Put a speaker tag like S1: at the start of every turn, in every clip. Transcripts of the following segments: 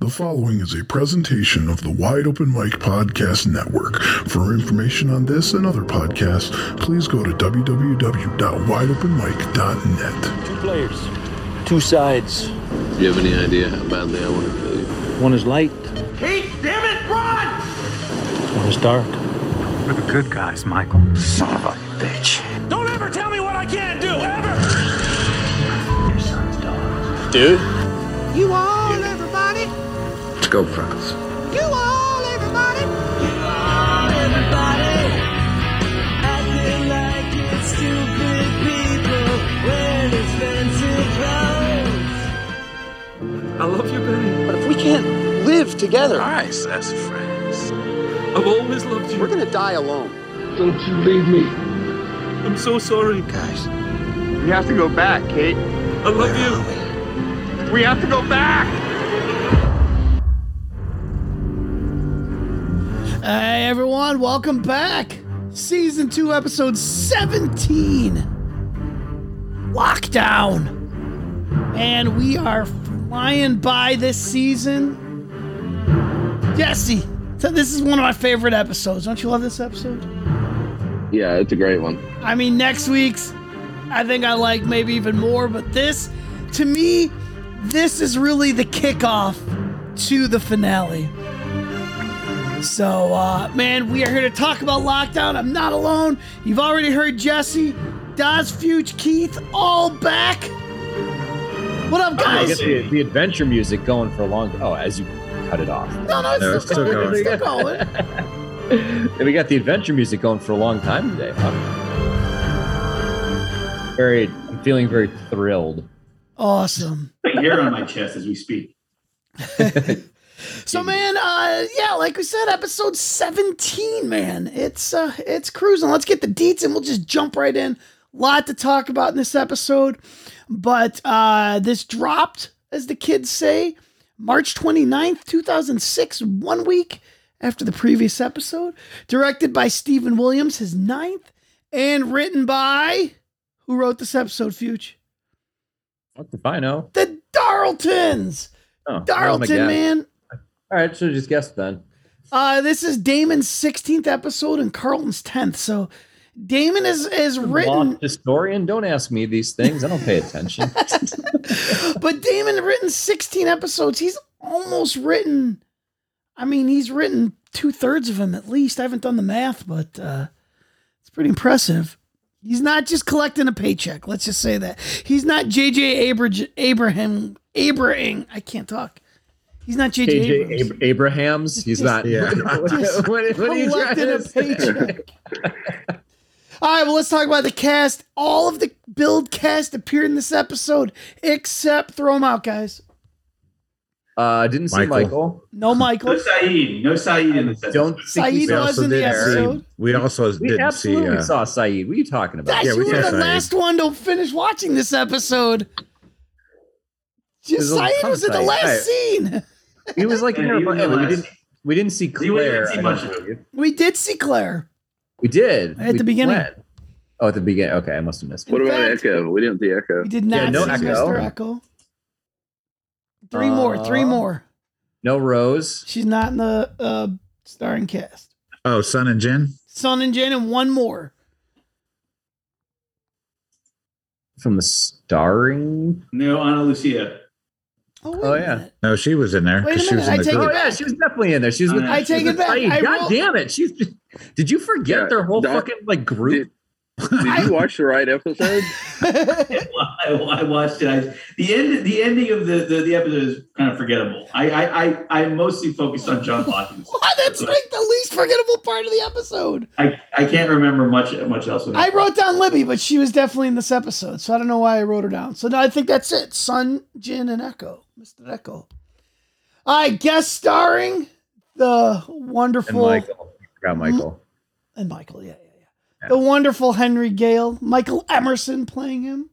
S1: The following is a presentation of the Wide Open Mic Podcast Network. For information on this and other podcasts, please go to www.wideopenmic.net.
S2: Two players, two sides.
S3: Do you have any idea how badly I want to kill you?
S2: One is light,
S4: Pete, damn it, run!
S2: one is dark.
S5: We're the good guys, Michael.
S4: Don't ever tell me what I can't do, ever!
S3: Dude?
S6: You all, everybody?
S3: Let's go, Franz.
S6: You all, everybody? You all, everybody? Acting like you stupid people wearing expensive clothes.
S5: I love you, Benny.
S7: But if we can't live together,
S3: Hi, sassy Franz.
S5: I've always loved
S7: we're
S5: you.
S7: gonna die alone.
S5: I'm so sorry.
S7: Guys,
S8: We have to go back, Kate.
S5: I love you.
S8: We have to go back!
S9: Hey everyone, welcome back. Season 2, episode 17. Lockdown. And we are flying by this season. Jesse, so this is one of my favorite episodes. Don't you love this episode?
S3: Yeah, it's a great one.
S9: I mean, next week's, I think I like maybe even more, but this, to me, this is really the kickoff to the finale. So, uh, man, we are here to talk about lockdown. I'm not alone. You've already heard Jesse, Daz, Fuge, Keith, all back. What up, guys?
S10: the, the adventure music going for a long. Oh, as you cut it off,
S9: No, no, it's still,
S10: No, it's still
S9: going. It's still
S10: going.
S9: going.
S10: and we got the adventure music going for a long time today. I'm very, I'm feeling very thrilled.
S9: Awesome.
S8: Hair on my chest as we speak.
S9: So man, uh yeah, like we said, episode 17, man. It's uh it's cruising. Let's get the deets and we'll just jump right in. Lot to talk about in this episode. But uh this dropped, as the kids say, March 29th, 2006, one week after the previous episode. Directed by Stephen Williams, his ninth, and written by who wrote this episode, Future?
S10: What if I know?
S9: The Darltons!
S10: Oh,
S9: Darlton, man.
S10: All right, so just guess then.
S9: Uh, this is Damon's 16th episode and Carlton's 10th. So Damon is is written,
S10: Lost historian, don't ask me these things. I don't pay attention.
S9: but Damon written 16 episodes. He's almost written. I mean, he's written two thirds of them at least. I haven't done the math, but uh, it's pretty impressive. He's not just collecting a paycheck. Let's just say that he's not JJ Abra- Abraham Abraham. I can't talk. He's not JJ.
S10: KJ
S9: Abrams.
S10: Ab- Abrahams, he's not. Yeah. what, what, what are you trying
S9: collected
S10: to
S9: a
S10: say?
S9: paycheck. All right, well, let's talk about the cast. All of the build cast appeared in this episode, except throw them out, guys.
S10: Uh, didn't see
S11: Michael.
S10: Michael.
S9: No
S8: No
S9: Michael.
S8: Saeed. No Saeed in this episode.
S10: Don't think we
S9: Saeed
S10: saw-
S9: was in the
S11: didn't
S9: episode.
S11: see. We also
S10: We
S11: didn't see.
S10: absolutely
S11: Uh,
S10: saw Saeed. What are you talking about?
S9: Guys,
S11: Yeah, we
S9: you were
S11: saw
S9: the
S11: Saeed.
S9: last one to finish watching this episode.
S10: There's a
S9: Saeed
S10: ton
S9: was in the
S10: of Saeed.
S9: last scene.
S10: He was like,
S8: Yeah,
S10: in our
S8: he was
S10: bucket.
S8: the
S10: we
S8: last-
S10: didn't we didn't see
S8: We didn't
S10: Claire.
S8: see
S10: I don't
S8: much of
S10: believe.
S9: We did see Claire.
S10: We did
S9: At
S10: We
S9: the beginning.
S10: went. Oh, at the beginning. Okay, I must have missed.
S3: What
S9: In
S3: about
S9: fact-
S3: Echo? We didn't see Echo.
S9: We did not
S10: no
S9: see
S10: Echo.
S9: Mr. Echo. Three more. Three
S10: Uh,
S9: more.
S10: No Rose.
S9: She's not in the uh, starring cast.
S11: oh, Sun and Jin.
S9: Son and Jin, and one more.
S10: from the starring.
S8: No Ana Lucia.
S9: wait
S10: Oh,
S9: a
S10: yeah.
S9: minute.
S11: No, she was in there
S9: Wait a
S11: because she was
S9: minute,
S11: in
S9: I
S11: the
S9: take it
S10: Oh
S11: group.
S9: back.
S10: yeah, she was definitely in there. She was with.
S8: Uh,
S9: I take
S10: she was
S9: it back.
S10: with
S9: I
S10: Saeed. God
S9: will-
S10: damn it! She's. Did you forget
S3: Yeah,
S10: their whole
S3: Doc-
S10: fucking like group?
S3: Did
S9: I-
S3: you watch the right episode?
S8: I, I watched it. I, the end. The ending of the, the, the episode is kind of forgettable. I I, I, I mostly focused on John Watkins.
S9: Why, That's like the least forgettable part of the episode.
S8: I, I can't remember much much else.
S9: I wrote down Libby, but she was definitely in this episode, so I don't know why I wrote her down. So no, I think that's it. Sun, Jin, and Echo. Mr. Echo. All right, guest starring the
S10: And
S9: wonderful
S10: Michael. I forgot Michael.
S9: and Michael, yeah, yeah, yeah. The wonderful Henry Gale, Michael Emerson playing him,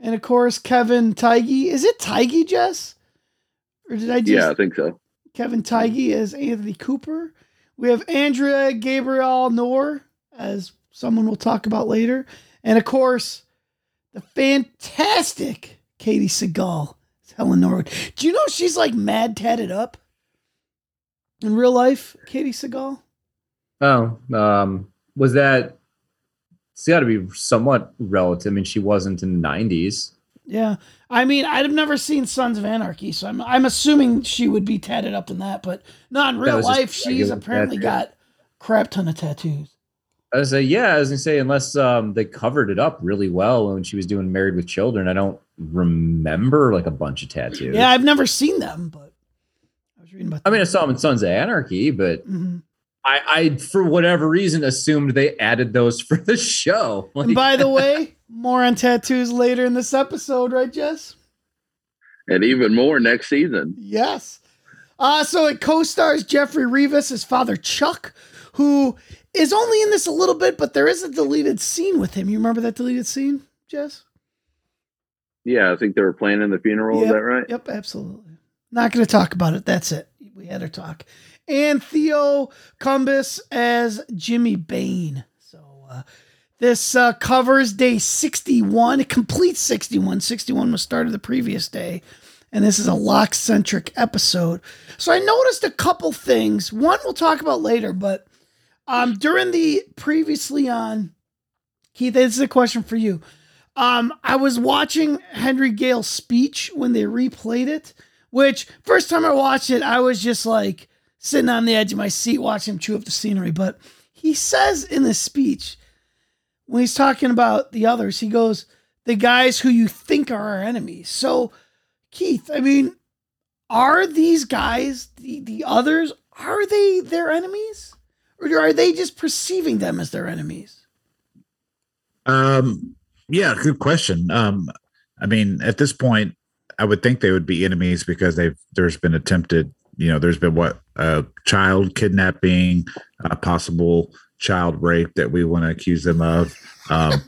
S9: and of course Kevin Tige. Is it Tige, Jess? Or did I just
S3: yeah, I think so.
S9: Kevin Tige as Anthony Cooper. We have Andrea Gabriel Noor as someone we'll talk about later, and of course, the fantastic Katie Seagal as Helen Norwood. Do you know she's like mad tatted up in real life? Katie Seagal.
S10: Oh, um, was that? It's got to be somewhat relative. I mean, she wasn't in the '90s.
S9: Yeah, I mean, I've never seen Sons of Anarchy, so I'm I'm assuming she would be tatted up in that. But not in
S10: That
S9: real
S10: was just
S9: life. She's
S10: regular
S9: apparently
S10: tattoo.
S9: got crap ton of tattoos.
S10: I was say, yeah, I was gonna say, unless um, they covered it up really well when she was doing Married with Children, I don't remember like a bunch of tattoos.
S9: Yeah, I've never seen them, but I was reading about.
S10: I mean, I saw them in Sons of Anarchy, but
S9: Mhm.
S10: I, I, for whatever reason, assumed they added those for the show. Like,
S9: And by the way, more on tattoos later in this episode, right, Jess?
S3: and even more next season.
S9: Yes. Uh, so it co stars Jeffrey Rivas as Father Chuck, who is only in this a little bit, but there is a deleted scene with him. You remember that deleted scene, Jess?
S3: Yeah, I think they were planning the funeral. Is
S9: Yep,
S3: that right?
S9: Yep, absolutely. Not going to talk about it. That's it. We had our talk. And Theo Cumbus as Jimmy Bain. So uh, this uh, covers day 61. It completes 61. 61 was started the previous day. And this is a lock centric episode. So I noticed a couple things. One we'll talk about later, but um, during the previously on, Keith, this is a question for you. Um, I was watching Henry Gale's speech when they replayed it, which first time I watched it, I was just like sitting on the edge of my seat watching him chew up the scenery. But he says in this speech, when he's talking about the others, he goes, the guys who you think are our enemies. So, Keith, I mean, are these guys, the, the others, are they their enemies? Or are they just perceiving them as their enemies?
S11: Um, yeah, good question. Um, I mean, at this point, I would think they would be enemies because they've there's been attempted, you know, there's been what a child kidnapping, a possible child rape that we want to accuse them of. Um,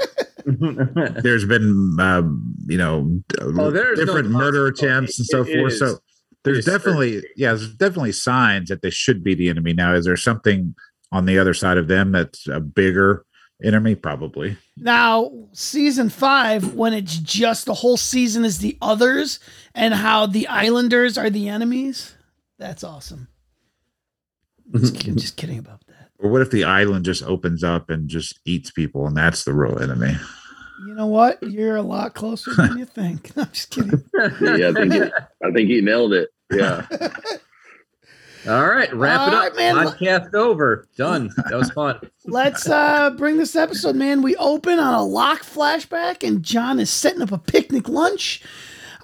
S11: there's been, um, you know,
S10: Oh, there's no
S11: different murder
S10: possible.
S11: attempts and so
S10: It
S11: forth.
S10: is-
S11: So there's
S10: is certain.
S11: definitely, yeah, there's definitely signs that they should be the enemy. Now, is there something on the other side of them that's a bigger enemy? Probably.
S9: Now, season five, when it's just the whole season is the others and how the Islanders are the enemies, that's awesome. Just, kid- just kidding about that.
S11: Or what if the island just opens up and just eats people and that's the real enemy?
S9: You know what? You're a lot closer than you think. No, I'm just kidding.
S3: Yeah, I think he, I think he nailed it. Yeah,
S10: all right, wrap it
S9: All
S10: up.
S9: right, man.
S10: Podcast over. Done. That was fun.
S9: Let's uh, bring this episode, man. We open on a lock flashback, and John is setting up a picnic lunch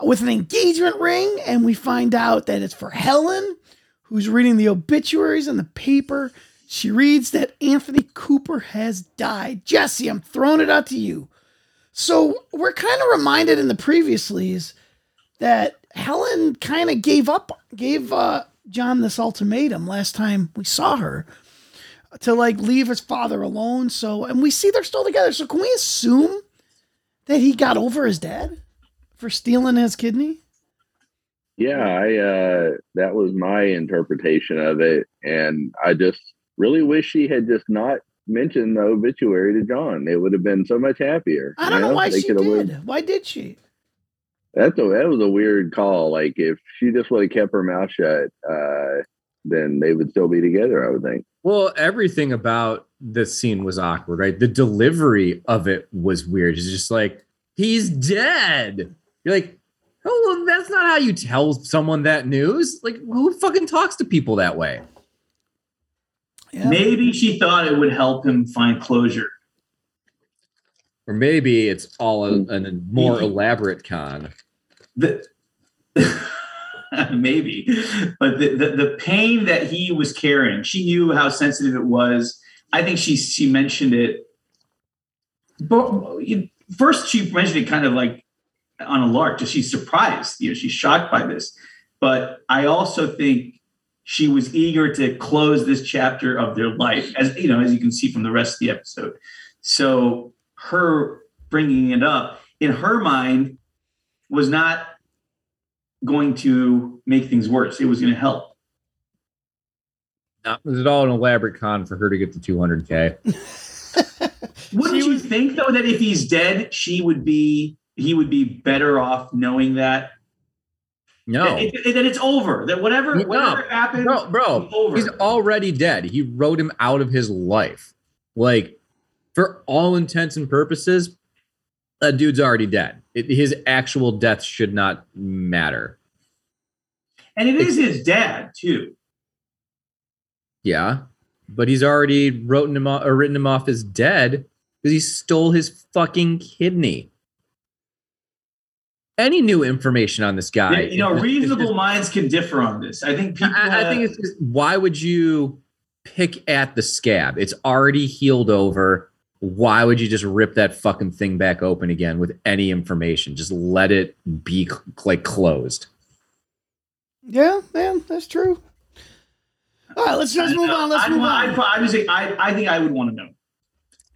S9: with an engagement ring, and we find out that it's for Helen, who's reading the obituaries in the paper. She reads that Anthony Cooper has died. Jesse, I'm throwing it out to you. So we're kind of reminded in the previouslys that Helen kind of gave up, gave uh, John this ultimatum last time we saw her to like leave his father alone. So, and we see they're still together. So, can we assume that he got over his dad for stealing his kidney?
S3: yeah. I uh, that was my interpretation of it, and I just really wish she had just not mentioned the obituary to John. It would have been so much happier.
S9: I
S3: you
S9: don't know why
S3: They
S9: she
S3: could have went-
S9: did. Why did she?
S3: That's a that was a weird call. Like if she just would have kept her mouth shut, uh, then they would still be together. I would think.
S10: Well, everything about this scene was awkward, right? The delivery of it was weird. It's just like, he's dead. You're like, oh, well, that's not how you tell someone that news. Like, who fucking talks to people that way?
S9: Yeah.
S8: Maybe she thought it would help him find closure.
S10: Or maybe it's all a, an- a more elaborate con.
S8: The, maybe, but the, the the pain that he was carrying, she knew how sensitive it was. I think she she mentioned it. But you- first, she mentioned it kind of like on a lark, just she's surprised. You know, she's shocked by this. But I also think she was eager to close this chapter of their life, as you know, as you can see from the rest of the episode. So her bringing it up in her mind was not going to make things worse. It was going to help.
S10: Not, it was all an elaborate con for her to get the 200K.
S8: Wouldn't
S9: She
S8: you
S9: was-
S8: think though that if he's dead, she would be he would be better off knowing that
S10: No.
S8: That, it- that it's over. That whatever
S10: No.
S8: whatever happened,
S10: bro, bro,
S8: it's over.
S10: he's already dead. He wrote him out of his life. Like, for all intents and purposes, that dude's already dead. It, his actual death should not matter.
S8: and it is his dad too.
S10: Yeah, but he's already written him off, or written him off as dead because he stole his fucking kidney. Any new information on this guy?
S8: you know,
S10: is- is
S8: reasonable
S10: just-
S8: minds can differ on this. I think people.
S10: I, I
S8: have-
S10: think it's just why would you pick at the scab? It's already healed over. Why would you just rip that fucking thing back open again with any information? Just let it be cl- like closed.
S9: Yeah, yeah, that's true. All right, let's just move on. Let's
S8: I'd
S9: move
S8: want-
S9: on.
S8: I'd, uh, I would say I, I think I would want to know.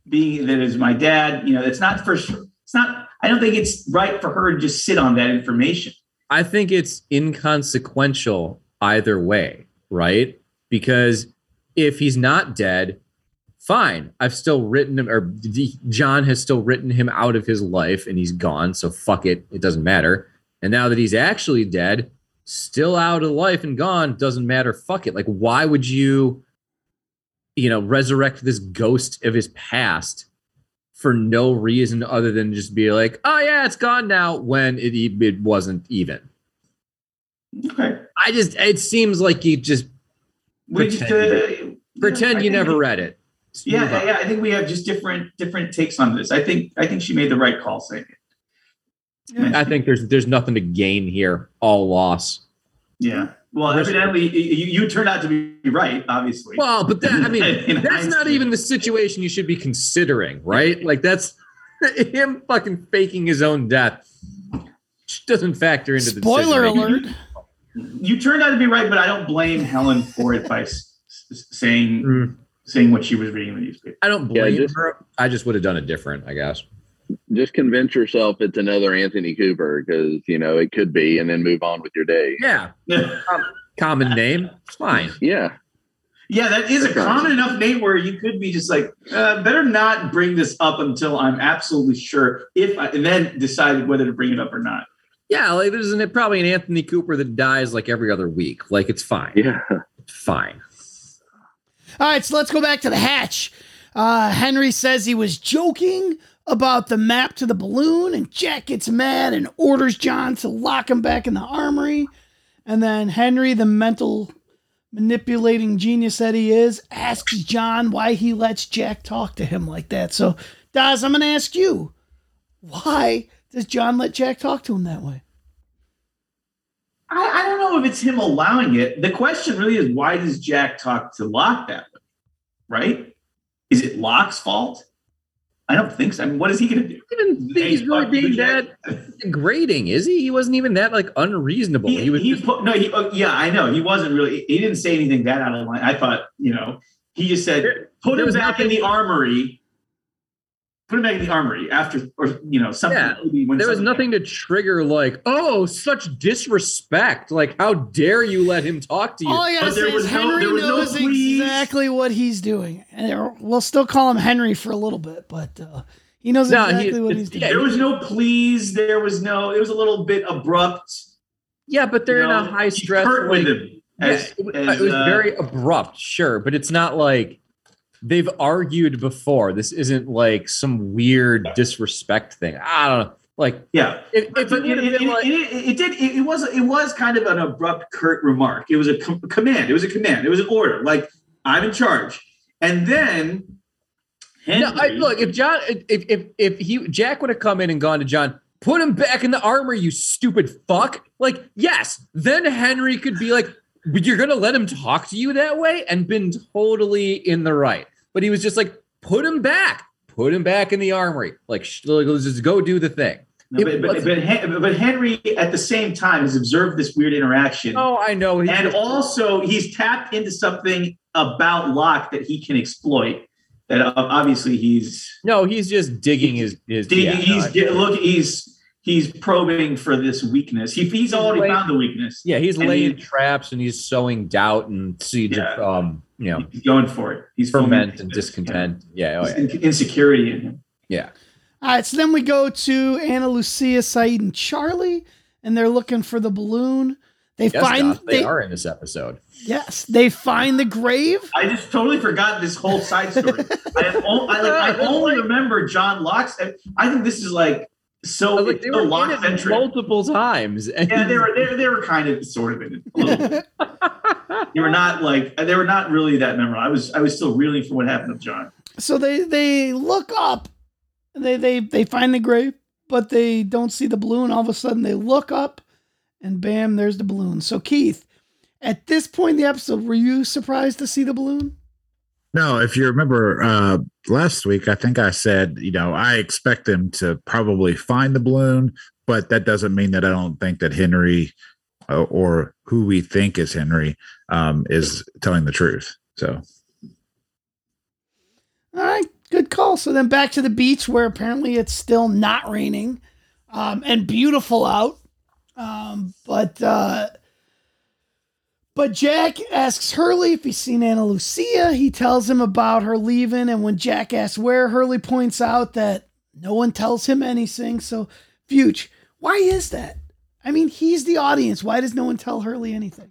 S8: Being that it's my dad, you know, it's not for sure. It's not. I don't think it's right for her to just sit on that information.
S10: I think it's inconsequential either way, right? Because if he's not dead, fine. I've still written him, or D- John has still written him out of his life and he's gone. So fuck it. It doesn't matter. And now that he's actually dead, still out of life and gone, doesn't matter. Fuck it. Like, why would you, you know, resurrect this ghost of his past for no reason other than just be like, oh yeah, it's gone now when it e- it wasn't even.
S8: Okay.
S10: I just it seems like you just
S8: We just,
S10: pretend,
S8: uh,
S10: pretend
S8: I
S10: you
S8: think-
S10: never read it. Just move
S8: Yeah,
S10: on.
S8: yeah. I think we have just different different takes on this. I think I think she made the right call saying it.
S10: I think there's there's nothing to gain here. All loss.
S8: Yeah. Well,
S10: Risk-
S8: evidently y- y- you, you turned out to be right, obviously.
S10: Well, but that I
S8: In
S10: mean that's not
S8: hindsight.
S10: even the situation you should be considering, right? Like that's him fucking faking his own death doesn't factor into the
S9: Spoiler
S10: decision-making.
S9: alert.
S8: you turned out to be right, but I don't blame Helen for it by s- s- saying saying what she was reading in the newspaper.
S10: Mm-hmm. I don't
S3: Yeah,
S10: blame
S3: just-
S10: her. I just would have done it different, I guess.
S3: Just convince yourself it's another Anthony Cooper because you know it could be, and then move on with your day.
S10: Yeah. Um, common name. It's fine.
S3: Yeah,
S8: Yeah, that is a common enough name where you could be just like, uh, better not bring this up until I'm absolutely sure. If I, and then decide whether to bring it up or not.
S10: Yeah, like there's an, probably an Anthony Cooper that dies like every other week. Like it's fine.
S3: Yeah.
S10: Fine.
S9: All right, so let's go back to the hatch. Uh, Henry says he was joking about the map to the balloon, and Jack gets mad and orders John to lock him back in the armory. And then Henry, the mental manipulating genius that he is, asks John why he lets Jack talk to him like that. So, Daz, I'm going to ask you why does John let Jack talk to him that way?
S8: I, I don't know if it's him allowing it. The question really is why does Jack talk to Locke that way? Right? Is it Locke's fault? I don't think so. I mean, what is he going to do?
S10: I don't even think he's really
S8: fuck
S10: being
S8: you, Jack.
S10: that degrading, is he? He wasn't even that like unreasonable. He,
S8: He,
S10: was
S8: he
S10: just-
S8: put, no, he, oh, yeah, I know. He wasn't really, he didn't say anything that out of line. I thought, you know, he just said, put
S10: there
S8: him
S10: was
S8: back in the armory. Put him back in the armory after, or, you know, something.
S10: Yeah,
S8: maybe when
S10: there was
S8: something-
S10: nothing to trigger like, oh, such disrespect. Like, how dare you let him talk to you?
S9: All I gotta
S8: But there
S9: say is
S8: was no-
S9: Henry
S8: there was no
S9: knows
S8: please.
S9: exactly what he's doing, and there- we'll still call him Henry for a little bit, but uh, he knows
S10: No, he-
S9: exactly what
S10: it's-
S9: he's doing.
S10: yeah,
S8: There was no please. There was no, it was a little bit abrupt.
S10: yeah, but they're
S8: you
S10: in a
S8: know,
S10: high
S8: he
S10: stress.
S8: hurt with
S10: like-
S8: him. As-
S10: yeah, it, was-
S8: as,
S10: it was
S8: uh,
S10: very abrupt, sure, but it's not like they've argued before. This isn't like some weird disrespect thing. I don't know. Like,
S8: Yeah,
S10: if, if
S8: But it,
S10: it would have
S8: it,
S10: been
S8: it-
S10: like,
S8: it- it did. It, it was. It was kind of an abrupt, curt remark. It was a com- command. It was a command. It was an order. Like I'm in charge. And then, Henry,
S10: no, I, look, if John, if if if he Jack would have come in and gone to John, put him back in the armor, you stupid fuck. Like, yes, then Henry could be like, "But you're gonna let him talk to you that way, and been totally in the right. But he was just like, put him back, put him back in the armory. Like, sh- like, let's just go do the thing.
S8: No,
S10: it
S8: but, but,
S10: wasn't-
S8: but, Hen- but Henry, at the same time, has observed this weird interaction,
S10: Oh, I know. He,
S8: and also he's tapped into something about Locke that he can exploit. That uh, obviously he's
S10: no, he's just digging his his.
S8: He-
S10: yeah, no,
S8: he's
S10: I-
S8: get- look. He's he's probing for this weakness. He, he's already
S10: Wait.
S8: found the weakness.
S10: yeah, he's
S8: and
S10: laying
S8: he-
S10: traps and he's sowing doubt and seeds of
S8: Yeah.
S10: um, you know,
S8: He's going for it. He's
S10: ferment
S8: fomenting
S10: and
S8: this,
S10: discontent. Yeah,
S8: yeah.
S10: oh,
S8: This
S10: yeah.
S8: in- insecurity in him.
S10: yeah.
S9: All right, so then we go to Anna Lucia, Said, and Charlie, and they're looking for the balloon. They
S12: Yes,
S9: find
S12: Josh, they, are in this episode.
S9: Yes, they find the grave.
S8: I just totally forgot this whole side story. I, have on- I, like, I only remember John Locke's. I- I think this is like so,
S10: like,
S8: it's
S10: Oh, they
S8: so
S10: were in
S8: Locke
S10: it
S8: centric.
S10: multiple times. and-
S8: yeah, they were they, they were kind of sort of in it. a little bit. they were not like they were not really that memorable. I was I was still reeling from what happened with John.
S9: So they they look up, they they they find the grave, but they don't see the balloon. All of a sudden, they look up, and bam, there's the balloon. So Keith, at this point in the episode, were you surprised to see the balloon?
S11: No, if you remember uh, last week, I think I said, you know, I expect them to probably find the balloon, but that doesn't mean that I don't think that Henry uh, or who we think is Henry um, is telling the truth. So,
S9: All right, good call. So then back to the beach where apparently it's still not raining um, and beautiful out. Um, but uh, but Jack asks Hurley if he's seen Anna Lucia. He tells him about her leaving, and when Jack asks where, Hurley points out that no one tells him anything. So, Fuge, why is that? I mean, he's the audience. Why does no one tell Hurley anything?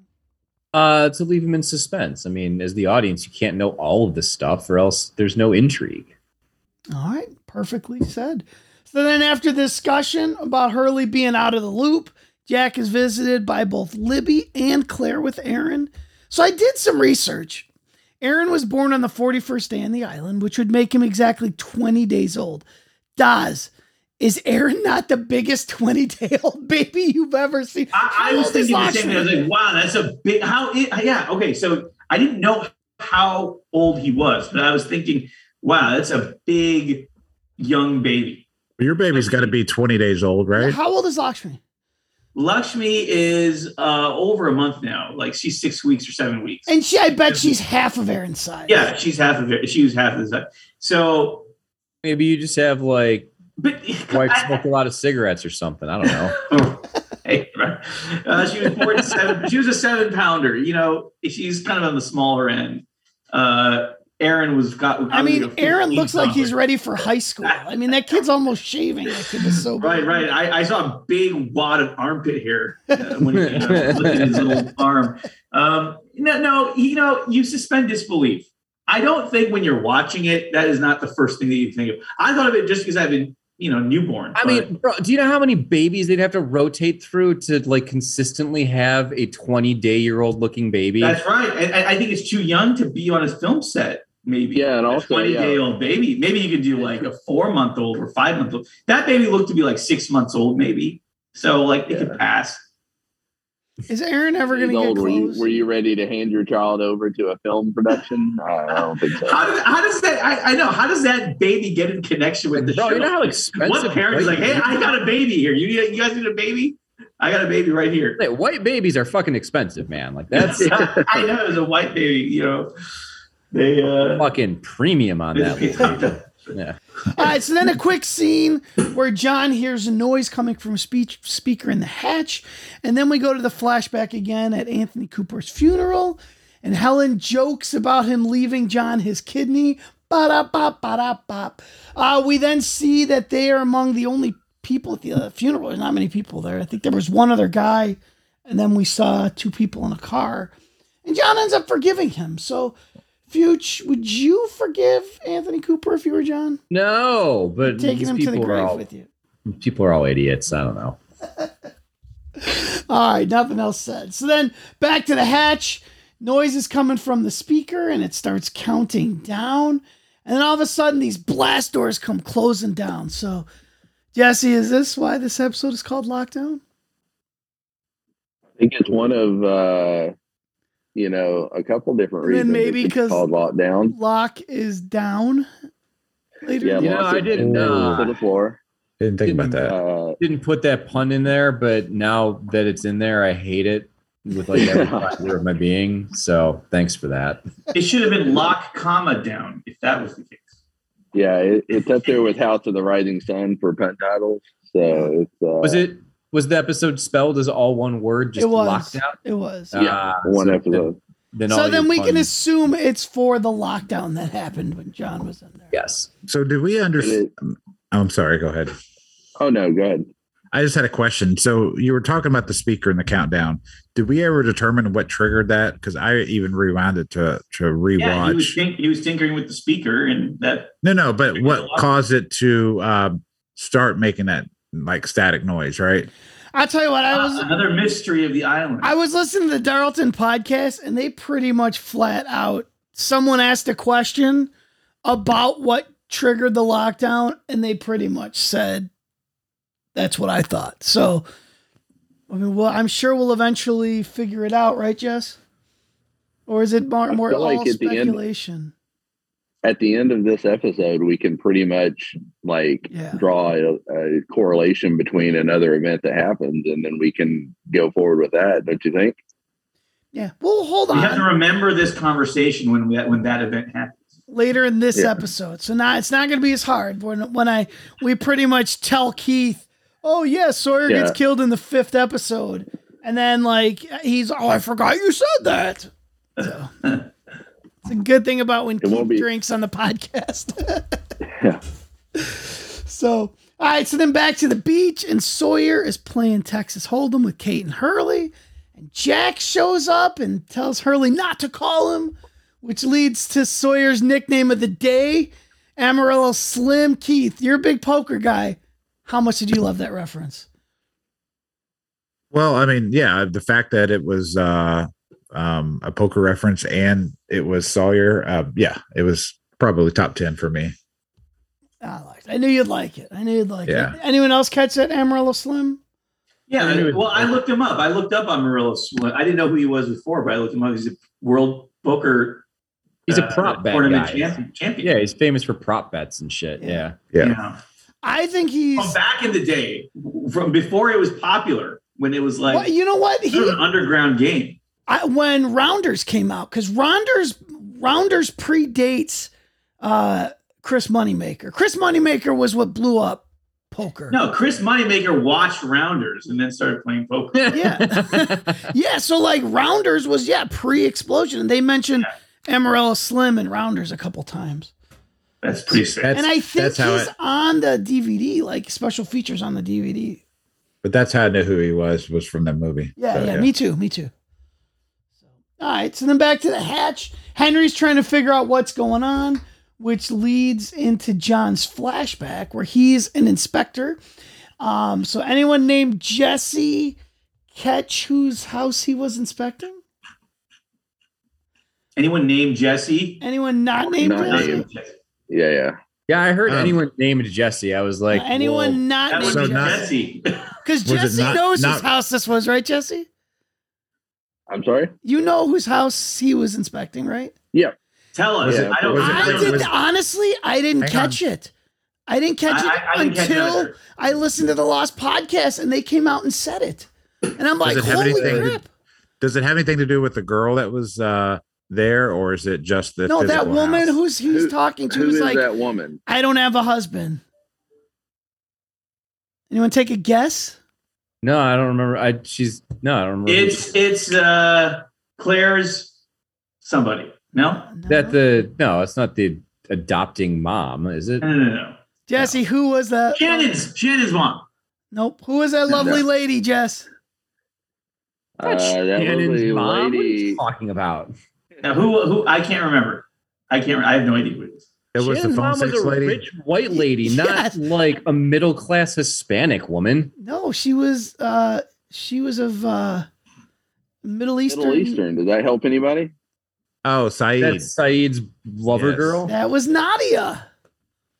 S12: Uh, to leave him in suspense. I mean, as the audience, you can't know all of this stuff, or else there's no intrigue.
S9: All right, perfectly said. So then, after discussion about Hurley being out of the loop, Jack is visited by both Libby and Claire with Aaron. So I did some research. Aaron was born on the 41st day on the island, which would make him exactly 20 days old. Daz, is Aaron not the biggest 20 day old baby you've ever seen?
S8: I, I was thinking the same thing. I was
S9: Lakshmi?
S8: like, wow, that's a big how. It, yeah, okay. So I didn't know how old he was, but I was thinking, wow, that's a big young baby.
S11: your baby's got to be 20 days old, right?
S9: How old is Lakshmi?
S8: Lakshmi is uh, over a month now. Like she's six weeks or seven weeks.
S9: And she, I bet she's half of Aaron's size.
S8: Yeah, she's half of it. She was half of the size. So
S12: maybe you just have like,
S8: wife
S12: smoke a lot of cigarettes or something. I don't know.
S8: Hey, right. uh, she was born seven. She was a seven pounder. You know, she's kind of on the smaller end. Uh, Aaron was got.
S9: I mean, Aaron looks like
S8: he's.
S9: he's ready for high school. I mean, that kid's almost shaving. That kid is so
S8: Right, right. I, I saw a big wad of armpit hair uh, when he you know, lifted his little arm. Um, no, no, you know, you suspend disbelief. I don't think when you're watching it, that is not the first thing that you think of. I thought of it just because I've been, you know, newborn.
S12: I mean, bro, do you know how many babies they'd have to rotate through to like consistently have a 20 day year old looking baby?
S8: that's right. And I, I think it's too young to be on a film set. Maybe yeah, and
S12: also,
S8: twenty
S12: yeah.
S8: day old baby. Maybe you could do like a four month old or five month old. That baby looked to be like six months old, maybe. So like it could pass.
S9: Is Aaron ever
S3: He's
S9: going to get
S3: old. Were you,
S9: close?
S3: were you ready to hand your child over to a film production? I I don't think so.
S8: How does, how does that? I, I know. How does that baby get in connection with the
S12: Bro,
S8: show?
S12: you know how expensive
S8: One parent is like, "Hey, I got a baby here. You you guys need a baby? I got a baby right here."
S12: Hey, white babies are fucking expensive, man. Like that's
S8: I know it was a white baby. You know, they uh,
S12: fucking premium on that.
S8: one.
S12: yeah.
S9: All right, so then a quick scene where John hears a noise coming from a speech speaker in the hatch, and then we go to the flashback again at Anthony Cooper's funeral, and Helen jokes about him leaving John his kidney. Ba bop ba da bop. Uh, we then see that they are among the only people at the uh, funeral. There's not many people there. I think there was one other guy, and then we saw two people in a car, and John ends up forgiving him. So, Fuchs, would you forgive Anthony Cooper if you were John?
S12: No, but
S9: Taking
S12: these
S9: him to the
S12: people are
S9: grave
S12: all-
S9: with you.
S12: People are all idiots. I don't know.
S9: All right, nothing else said. So then back to the hatch. Noise is coming from the speaker and it starts counting down. And then all of a sudden, these blast doors come closing down. So, Jesse, is this why this episode is called Lockdown?
S3: I think it's one of uh, you know a couple different
S9: And then
S3: reasons.
S9: maybe
S3: it's
S9: 'cause-
S3: called lockdown.
S9: Lock is down. Later.
S3: Yeah,
S12: You know,
S3: lots
S12: I
S3: of
S12: didn't,
S3: nails
S12: uh,
S3: to the floor. Uh,
S11: Didn't think about that.
S12: Didn't put that pun in there, but now that it's in there, I hate it with like every fiber of my being. So thanks for that.
S8: it should have been lock comma down if that was the case.
S3: Yeah, it, it's up there with House of the Rising Sun for pun titles. So it's uh,
S12: Was it? Was the episode spelled as all one word? Just
S9: It was.
S12: lockdown.
S9: It was.
S3: Yeah, one after the
S12: Then
S9: so
S12: all
S9: then
S12: your
S9: we can
S12: puns-
S9: assume it's for the lockdown that happened when John was in there.
S12: Yes.
S11: So, do we understand? I'm sorry, oh, go ahead.
S3: Oh, no, go ahead.
S11: I just had a question. So you were talking about the speaker and the countdown. Did we ever determine what triggered that? Because I even rewound it to to rewatch.
S8: Yeah, he was, tink- he was tinkering with the speaker, and that
S11: no, no. But what caused it to um, start making that like static noise? Right.
S9: I'll tell you what, I was
S8: uh, another mystery of the island.
S9: I was listening to the Darlington podcast, and they pretty much flat out. Someone asked a question about what triggered the lockdown, and they pretty much said, "That's what I thought." So, I mean, well, I'm sure we'll eventually figure it out, right, Jess? Or is it more,
S3: I
S9: more
S3: feel like
S9: all
S3: at the end-
S9: speculation?
S3: at the end of this episode, we can pretty much like
S9: Yeah.
S3: draw a, a correlation between another event that happened, and then we can go forward with that. Don't you think?
S9: yeah. Well, hold
S8: We have to
S9: on.
S8: remember this conversation when we, when that event happened.
S9: Later in this
S8: Yeah.
S9: episode, so now it's not going to be as hard when when I we pretty much tell Keith, "Oh yeah, Sawyer
S6: Yeah.
S9: gets killed in the fifth episode," and then like he's, "Oh, I forgot you said that." So, it's a good thing about when
S6: It won't
S9: Keith
S6: be-
S9: drinks on the podcast.
S3: Yeah.
S9: So, all right. So then back to the beach, and Sawyer is playing Texas Hold'em with Kate and Hurley, and Jack shows up and tells Hurley not to call him, which leads to Sawyer's nickname of the day, Amarillo Slim Keith. You're a big poker guy. How much did you love that reference?
S11: Well, I mean, yeah, the fact that it was uh, um, a poker reference and it was Sawyer, uh, yeah, it was probably top ten for me.
S9: I liked. It. I knew you'd like it. I knew you'd like
S11: Yeah.
S9: it. Anyone else catch that Amarillo Slim?
S8: Yeah, I- well, I looked him up. I looked up Amarillo Slim. I didn't know who he was before, but I looked him up. He's a world poker.
S12: He's a
S8: uh,
S12: prop bet
S8: tournament
S12: guy.
S8: champion. champion.
S12: Yeah, he's famous for prop bets and shit. Yeah.
S11: Yeah.
S9: I think he's
S8: Oh, back in the day, from before it was popular, when it was like
S9: Well, you know what?
S8: sort of
S9: He-
S8: an underground game.
S9: I, when Rounders came out, because Rounders Rounders predates uh, Chris Moneymaker. Chris Moneymaker was what blew up poker.
S8: No, Chris Moneymaker watched Rounders and then started playing poker.
S9: Yeah, yeah. So like Rounders was yeah pre-explosion, and they mentioned Amarillo Slim and Rounders a couple times.
S8: that's pretty sick.
S9: and I think
S11: that's how
S9: he's
S11: it-
S9: on the DVD, like special features on the DVD.
S11: But that's how I knew who he was was from that movie.
S9: Yeah,
S11: So,
S9: yeah, me too, me too. All right, so then back to the hatch. Henry's trying to figure out what's going on, which leads into John's flashback where he's an inspector. Um, so anyone named Jesse catch whose house he was inspecting?
S8: Anyone named Jesse?
S9: Anyone not named Jesse?
S3: Yeah, yeah.
S12: Yeah, I heard anyone named Jesse. I was like,
S9: Uh, anyone
S12: whoa.
S9: not named Jesse? Because
S12: Was it
S9: Jesse
S12: not-
S9: knows
S12: not-
S9: whose house this was, right, Jesse?
S3: I'm sorry.
S9: You know whose house he was inspecting, right?
S3: Yeah.
S8: Tell us. I don't.
S9: I
S8: was it-
S9: did
S8: was it-
S9: honestly, I didn't
S8: Hang
S9: catch it. I didn't catch
S8: I-
S9: it
S8: I- I didn't catch it
S9: until
S8: either.
S9: I listened to the Lost podcast and they came out and said it. And I'm
S11: Does
S9: like,
S11: it have
S9: holy
S11: anything to-
S9: crap.
S11: Does it have anything to do with the girl that was uh, there, or is it just the
S9: No, that
S11: physical
S9: woman
S11: house?
S9: who's he's talking to
S3: Who
S9: is
S3: is
S9: like,
S3: that woman?
S9: I don't have a husband. Anyone take a guess?
S12: No, I don't remember. I she's no, I don't remember.
S8: It's it's uh Claire's somebody. No,
S9: Oh.
S12: that the no, it's not the adopting mom, is it?
S9: Uh,
S8: No, no, no.
S9: Jesse, who was that?
S8: Shannon's Shannon's mom.
S9: Nope. Who was that lovely
S8: No.
S9: lady, Jess?
S3: Uh, that
S8: Shannon's
S3: lovely
S8: mom? What are you
S3: lady.
S12: Talking about
S8: Now who who I can't remember. I can't. I have no idea who it is.
S11: It
S12: was the Shannon's phone mom was sex a lady? rich white lady, not like a middle class Hispanic woman.
S9: No, she was uh she was of uh Middle Eastern.
S3: Middle Eastern. Did that help anybody?
S11: Oh, Saeed.
S12: That's Saeed's lover
S11: Yes.
S12: girl.
S9: That was Nadia.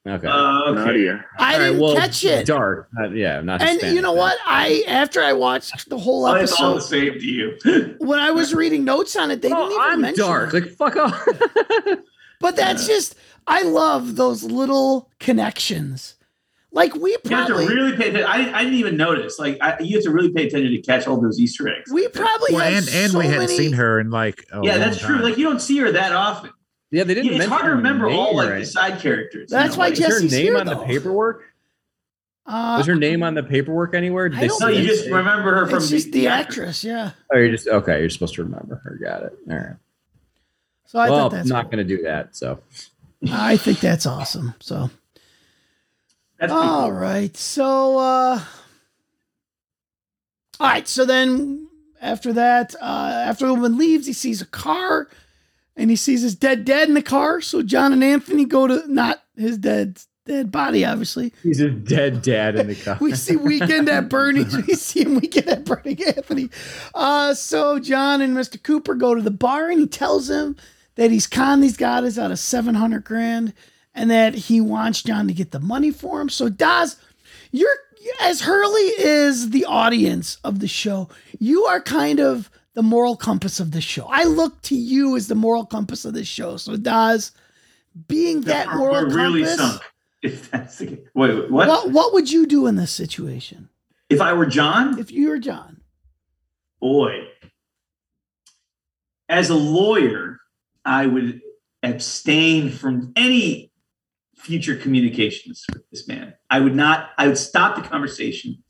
S12: Okay.
S8: Uh, okay.
S3: Nadia.
S9: I didn't catch it.
S12: Dark. Uh, yeah, not.
S9: and
S12: Hispanic.
S9: you know what? I after I watched the whole
S8: Well, it's all the
S9: episode,
S8: same to you.
S9: when I was reading notes on it, they didn't even
S12: Oh, I'm
S9: mention
S12: dark.
S9: it.
S12: Like fuck off.
S9: But that's just I love those little connections. Like we
S8: You have to
S9: probably
S8: really pay attention. I, I didn't even notice. Like I, you have to really pay attention to catch all those Easter eggs.
S9: we probably
S11: Well,
S9: had
S11: and and
S9: so
S11: we hadn't
S9: many-
S11: seen her in like oh,
S12: Oh,
S11: a
S8: yeah,
S11: long
S8: that's true.
S11: time.
S8: Like you don't see her that often.
S12: Yeah, they
S8: didn't. it's hard to
S12: mention her
S8: remember all
S12: name,
S8: like the
S12: right?
S8: side characters.
S9: That's why
S8: like, is her
S12: Is her
S9: Jesse's
S12: name
S9: here
S12: on
S9: though.
S12: the paperwork?
S9: Uh,
S12: Was her name on the paperwork anywhere? Did
S9: I
S12: they
S9: don't
S8: No, you
S12: say-
S8: just remember her from
S9: it's just the
S8: the
S9: actress, yeah.
S12: Oh, you're just okay. You're supposed to remember her. Got it. All right.
S9: So I
S12: well,
S11: Oh,
S9: thought
S12: I'm
S9: that's
S12: not going to do that. So
S9: I think that's awesome. So Oh,
S8: That's
S9: all right. So uh All right, so then after that, uh, after the woman leaves, he sees a car and he sees his dead dad in the car. So John and Anthony go to not his dead dead body, obviously.
S10: He's a dead dad in the car.
S9: We see weekend at Bernie's. We see him weekend at Bernie Anthony. Uh, so John and Mr. Cooper go to the bar and he tells him that he's conned these guys out of 700 grand and that he wants John to get the money for him. So Daz, you're as Hurley is the audience of the show, you are kind of the moral compass of the show. I look to you as the moral compass of this show. So Daz, being that
S8: We're-
S9: moral
S8: we're really
S9: compass,
S8: sunk. If that's the case. Wait, wait, what?
S9: what what would you do in this situation?
S8: If I were John,
S9: If you were John,
S8: boy, as a lawyer, I would abstain from any future communications with this man. I would not. I would stop the conversation.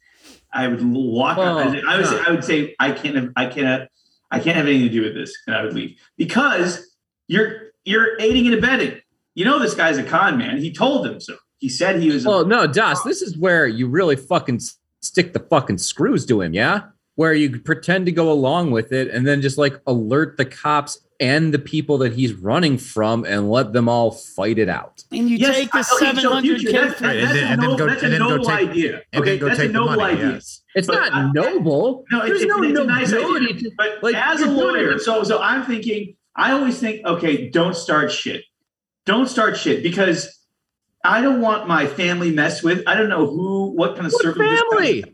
S8: I would walk. out. I would, I would say, I would say, I can't. Have, I cannot. I can't have anything to do with this, and I would leave because you're you're aiding and abetting. You know this guy's a con man. He told them so. He said he was. a
S10: Well, no, Das, this is where you really fucking s- stick the fucking screws to him, yeah? Where you pretend to go along with it and then just like alert the cops and the people that he's running from and let them all fight it out.
S9: and you
S8: Yes,
S9: take the
S8: I- okay, so
S9: seven hundred
S8: future,
S9: k
S8: that's- that's a
S11: and then
S8: noble-
S11: go-
S8: that's a
S11: and then go
S8: noble
S11: take-
S8: idea.
S11: and then
S8: Okay,
S11: go
S8: that's a
S11: take the
S8: noble
S11: money,
S8: idea.
S11: yes.
S10: It's
S8: But
S10: not
S8: I-
S10: noble.
S8: No, it's,
S10: There's
S8: it's,
S10: no
S8: it's a nice
S10: nobility
S8: idea.
S10: to-
S8: But
S10: like,
S8: as a
S10: you're doing
S8: lawyer,
S10: it.
S8: so so I'm thinking. I always think, okay, don't start shit. Don't start shit because I don't want my family messed with. I don't know who, what kind of
S10: What
S8: circle. this comes
S10: family?
S8: from.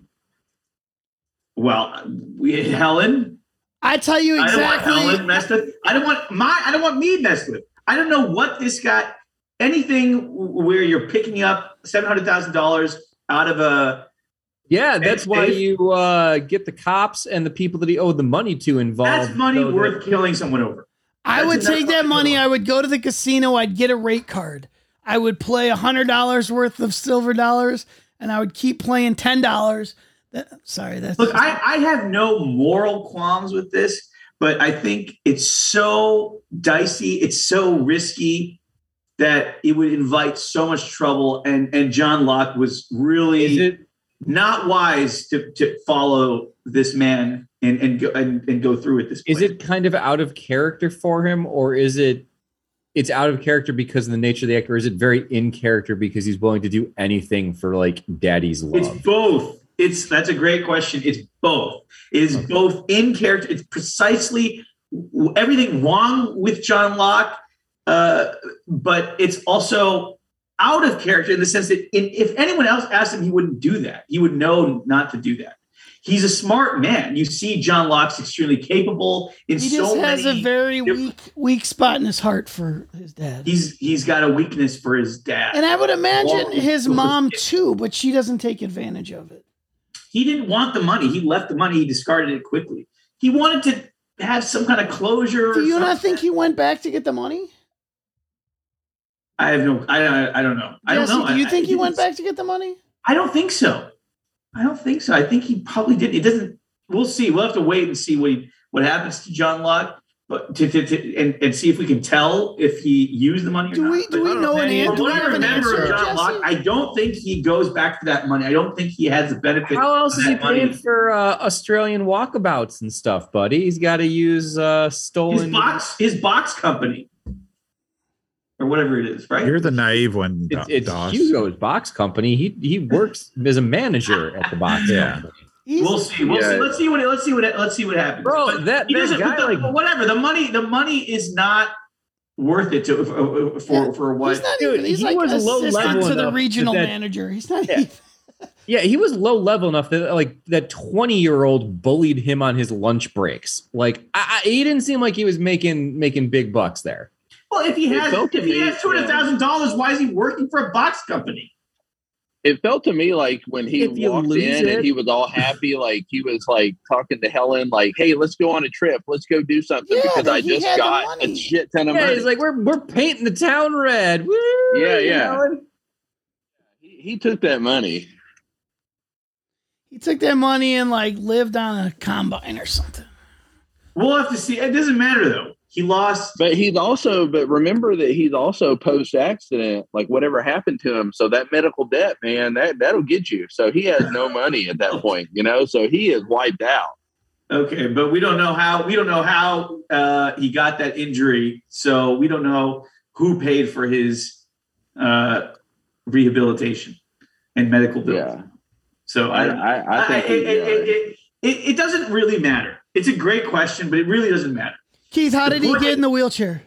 S8: Well, we Helen.
S9: I tell you
S8: I don't want Helen
S9: exactly.
S8: messed with. I don't want my. I don't want me messed with. I don't know what this guy. Anything w- where you're picking up seven hundred thousand dollars out of a
S10: Yeah, that's why
S8: Dave?
S10: you uh, get the cops and the people that he owed the money to involved.
S8: that's money
S10: so that-
S8: worth killing someone over.
S9: I would
S8: That's another
S9: take that
S8: fucking
S9: money.
S8: one.
S9: I would go to the casino. I'd get a rate card. I would play a hundred dollars worth of silver dollars, and I would keep playing ten dollars. Sorry, that's
S8: Look, I, I have no moral qualms with this, but I think it's so dicey, it's so risky that it would invite so much trouble. And and John Locke was
S10: Is
S8: really
S10: it
S8: not wise to, to follow this man and and go and, and go through with this.
S10: is
S8: plan.
S10: it kind of out of character for him, or is it it's out of character because of the nature of the actor? Or is it very in character because he's willing to do anything for like daddy's
S8: It's
S10: love?
S8: both. It's that's a great question. It's both. It is both in character. It's precisely w- everything wrong with John Locke, uh, but it's also out of character in the sense that in, if anyone else asked him, he wouldn't do that. He would know not to do that. He's a smart man. You see, John Locke's extremely capable in
S9: he
S8: so
S9: just has
S8: many.
S9: a very
S8: diff-
S9: weak weak spot in his heart for his dad.
S8: he's he's got a weakness for his dad.
S9: And I would imagine
S8: Well,
S9: his mom too, but she doesn't take advantage of it.
S8: He didn't want the money. He left the money. He discarded it quickly. He wanted to have some kind of closure. or
S9: Do you not
S8: something.
S9: think he went back to get the money?
S8: I have no. I don't. I don't know. I don't
S9: Jesse,
S8: know.
S9: Do you
S8: I-
S9: think
S8: I
S9: he went
S8: didn't-
S9: back to get the money?
S8: I don't think so. I don't think so. I think he probably did. It doesn't. We'll see. We'll have to wait and see what he, what happens to John Locke, but to, to, to and, and see if we can tell if he used the money or
S9: Do
S8: not.
S9: we
S8: But
S9: do we know an
S8: from
S9: answer? Do we
S8: what I
S9: have an
S8: remember
S9: answer,
S8: of John
S9: Jesse?
S8: Locke, I don't think he goes back for that money. I don't think he has the benefit.
S10: How else
S8: of
S10: is he
S8: that money.
S10: paying for uh, Australian walkabouts and stuff, buddy? He's got to use uh,
S8: his
S10: stolen.
S8: box? His box company, or whatever it is, right?
S11: You're the naive one,
S10: It's,
S11: Do-
S10: it's
S11: Doss.
S10: Hugo's box company. He he works as a manager at the box.
S11: Yeah.
S10: company.
S9: He's-
S8: We'll see. We'll
S3: Yeah.
S8: see. Let's see what. Let's see what. Let's see what happens.
S10: Bro,
S8: But
S10: that-
S8: he
S10: that
S8: doesn't-
S10: guy,
S8: but the-
S10: like-
S8: but whatever. The money. The money is not worth it to for for, for what.
S9: He's not
S10: Dude,
S9: even. He's
S10: he
S9: like
S10: was low
S9: assistant
S10: level
S9: to the
S10: enough
S9: regional
S10: that-
S9: manager. He's not
S10: Yeah.
S9: even.
S10: Yeah, he was low level enough that like that twenty year old bullied him on his lunch breaks. Like I, I, he didn't seem like he was making making big bucks there.
S8: well, if he
S3: It
S8: has
S3: felt to
S8: if he
S3: me-
S8: has two hundred thousand dollars, why is he working for a box company?
S3: It felt to me like when he
S10: If you
S3: walked
S10: lose
S3: in
S10: it-
S3: and he was all happy, like he was like talking to Helen, like, "Hey, let's go on a trip. Let's go do something
S9: Yeah,
S3: because
S9: that
S3: I
S9: he
S3: just
S9: had the
S3: got
S9: money.
S3: a shit ton of
S10: Yeah,
S3: money."
S10: he's like "Oh, we're we're painting the town red. Woo,
S3: Yeah, yeah.
S10: Alan.
S3: he, he took that money.
S9: He took that money and like lived on a combine or something.
S8: We'll have to see. It doesn't matter though. He lost.
S3: But he's also, but remember that he's also post accident, like whatever happened to him. So that medical debt, man, that that'll get you. So he has no money at that point, you know. So he is wiped out.
S8: Okay, but we don't know how we don't know how uh, he got that injury, so we don't know who paid for his uh, rehabilitation and medical bills.
S3: Yeah.
S8: So I,
S3: I- I- I think
S8: it,
S3: he'd be
S8: it,
S3: all
S9: uh,
S3: right.
S8: it, it, it doesn't really matter. It's a great question, but it really doesn't matter.
S9: Keith, how
S8: The
S9: did he
S8: point
S9: get in the wheelchair?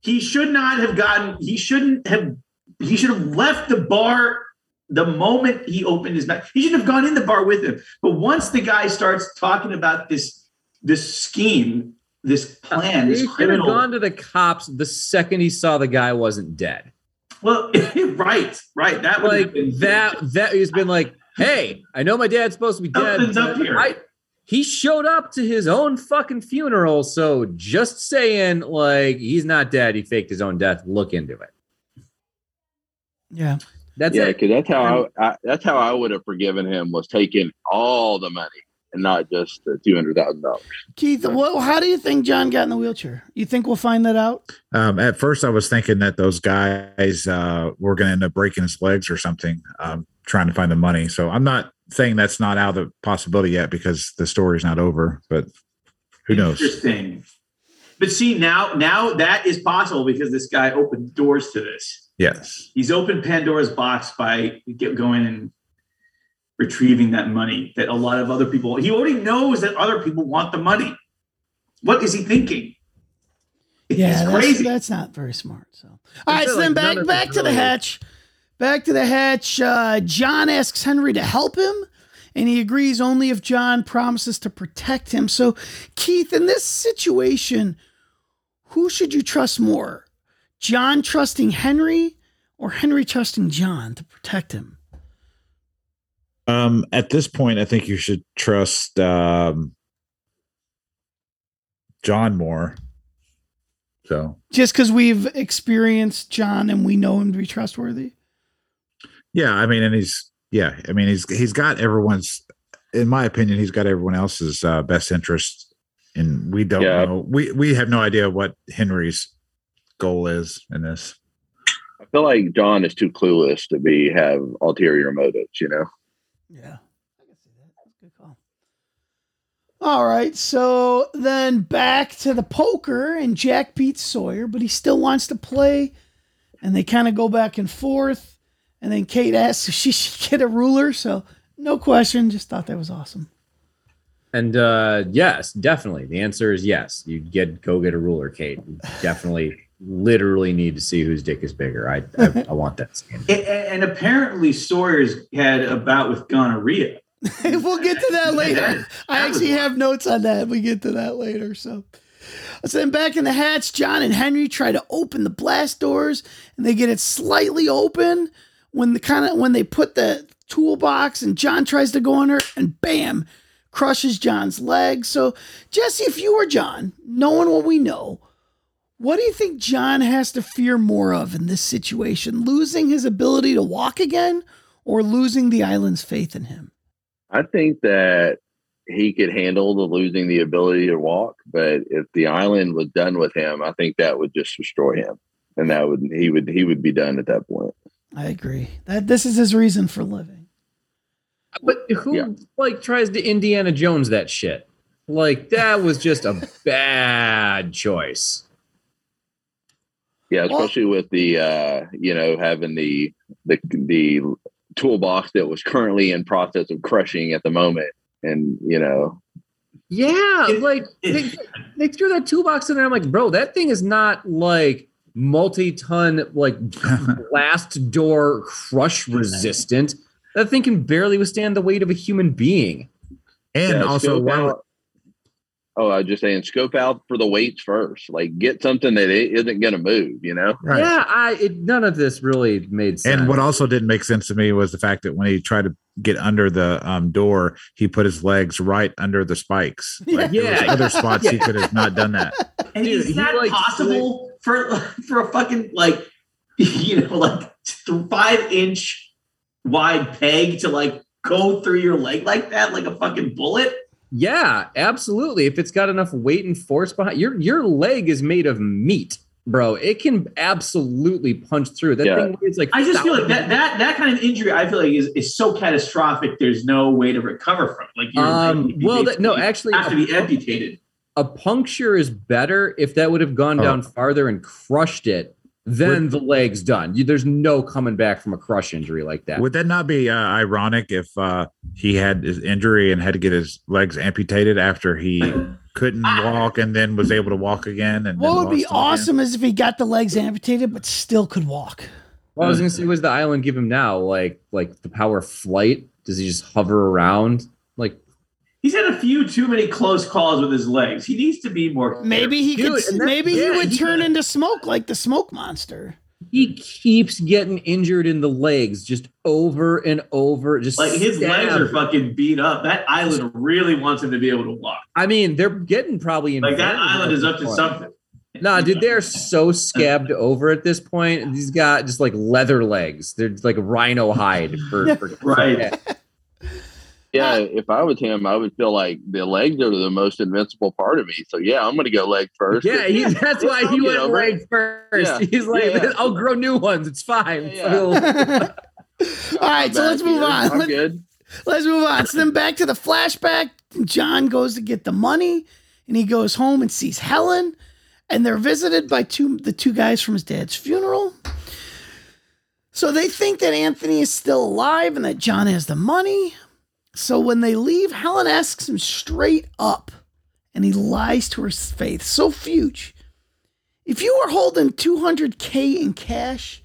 S8: He should not have gotten. He shouldn't have. He should have left the bar the moment he opened his mouth. He shouldn't have gone in the bar with him. But once the guy starts talking about this this scheme, this plan,
S10: He
S8: this
S10: could have
S8: criminal.
S10: gone to the cops the second he saw the guy wasn't dead.
S8: well, right, right. That would
S10: Like
S8: have been
S10: that. That he's been like, hey, I know my dad's supposed to be dead.
S8: Something's
S10: but
S8: up here.
S10: I- he showed up to his own fucking funeral, so just saying, like, he's not dead. He faked his own death. Look into it.
S9: Yeah.
S10: That's
S3: yeah,
S10: it.
S3: because that's how I, I that's how I would have forgiven him was taking all the money and not just the two hundred thousand dollars.
S9: Keith, what, how do you think John got in the wheelchair? You think we'll find that out?
S11: Um, at first, I was thinking that those guys uh, were going to end up breaking his legs or something, um, trying to find the money. So I'm not saying that's not out of the possibility yet because the story's not over. But who knows?
S8: interesting. But see, now now that is possible because this guy opened doors to this.
S11: Yes,
S8: He's opened Pandora's box by get going and retrieving that money that a lot of other people. He already knows that other people want the money. What is he thinking?
S9: Yeah, that's,
S8: crazy.
S9: that's not very smart. So, all right,
S13: feel
S9: so then
S13: like none
S9: back
S13: of
S9: back
S13: it's
S9: to the
S13: really-
S9: hatch. Back to the hatch. Uh, John asks Henry to help him, and he agrees only if John promises to protect him. So, Keith, in this situation, who should you trust more? John trusting Henry, or Henry trusting John to protect him?
S11: Um, at this point, I think you should trust um, John more. So
S9: Just because we've experienced John and we know him to be trustworthy.
S11: Yeah, I mean, and he's yeah, I mean, he's he's got everyone's, in my opinion, he's got everyone else's uh, best interest, and we don't
S3: Yeah.
S11: know. We we have no idea what Henry's goal is in this.
S3: I feel like John is too clueless to be have ulterior motives, you know.
S9: All right, so then back to the poker, and Jack beats Sawyer, but he still wants to play, and they kind of go back and forth. And then Kate asks if she should get a ruler, so no question. Just thought that was awesome.
S10: And uh, yes, definitely. The answer is yes. You get go get a ruler, Kate. You definitely, literally need to see whose dick is bigger. I I, I want that skin.
S8: A- a- And apparently Sawyer's had a bout with gonorrhea.
S9: we'll get to that later. I
S8: That was
S9: actually have notes on that. We get to that later. So, so then back in the hatch, John and Henry try to open the blast doors, and they get it slightly open when the kind of when they put the toolbox, and John tries to go under, and bam, crushes John's leg. So, Jesse, if you were John, knowing what we know. What do you think John has to fear more of in this situation? Losing his ability to walk again or losing the island's faith in him?
S3: I think that he could handle the losing the ability to walk, but if the island was done with him, I think that would just destroy him, and that would he would he would be done at that point.
S9: I agree. That this is his reason for living.
S10: But who like tries to Indiana Jones that shit? Like that was just a bad choice.
S3: Yeah, especially with the uh, you know having the the the toolbox that was currently in process of crushing at the moment, and you know
S10: Yeah, like they, they threw that toolbox in there. I'm like, bro, that thing is not like multi-ton like blast door crush resistant. That thing can barely withstand the weight of a human being.
S11: And
S3: Yeah,
S11: also,
S3: scope
S11: why,
S3: out- oh, I was just saying, scope out for the weights first. Like, get something that it isn't going to move. You know?
S11: Right.
S10: Yeah, I it, none of this really made sense.
S11: and what also didn't make sense to me was the fact that when he tried to get under the um, door, he put his legs right under the spikes. Like, there was
S10: Yeah.
S11: other spots he could have not done that.
S8: And is that possible for for a fucking like you know like th- five inch wide peg to like go through your leg like that like a fucking bullet?
S10: Yeah, absolutely. If it's got enough weight and force behind your your leg is made of meat, bro. It can absolutely punch through. That
S8: Yeah.
S10: thing weighs like
S8: I just feel like that that that kind of injury I feel like is, is so catastrophic there's no way to recover from. Like you're
S10: Um,
S8: like, you
S10: well, that, no,
S8: basically
S10: actually,
S8: have to be
S10: a-
S8: amputated.
S10: A puncture is better if that would have gone
S8: Oh.
S10: down farther and crushed it. Then
S11: Would-
S10: the leg's done. You, there's no coming back from a crush injury like that.
S11: Would that not be uh, ironic if uh, he had his injury and had to get his legs amputated after he couldn't walk and then was able to walk again? And
S9: What
S11: then
S9: would be
S11: lost them
S9: awesome
S11: again?
S9: is if he got the legs amputated but still could walk.
S10: Well, I was gonna say, what does the island give him now? Like, like the power of flight? Does he just hover around? Like,
S8: He's had a few too many close calls with his legs. He needs to be more.
S9: Maybe he
S8: careful.
S9: could. Maybe he would turn into smoke like the smoke monster.
S10: he keeps getting injured in the legs, just over and over. Just
S8: Like his legs are
S10: stabbed.
S8: fucking beat up. That island really wants him to be able to walk.
S10: I mean, they're getting probably
S8: Like that
S10: inventive
S8: island
S10: at
S8: is
S10: this
S8: up to
S10: point.
S8: something.
S10: Nah, dude, they're so scabbed over at this point. He's got just like leather legs. They're like rhino hide for, for
S8: Right.
S3: Yeah, if I was him, I would feel like the legs are the most invincible part of me. So yeah, I'm gonna go leg first.
S10: Yeah, he, that's why he
S3: You
S10: went
S3: know, right?
S10: leg first.
S3: Yeah.
S10: He's like,
S3: Yeah, yeah.
S10: I'll grow new ones. It's fine.
S9: All right, so
S10: back
S9: let's move
S10: here.
S9: on.
S10: I'm
S9: Let-
S3: good.
S9: Let's move on. So then back to the flashback. John goes to get the money, and he goes home and sees Helen, and they're visited by two the two guys from his dad's funeral. So they think that Anthony is still alive and that John has the money. So when they leave, Helen asks him straight up, and he lies to her face. So huge. If you were holding 200k in cash,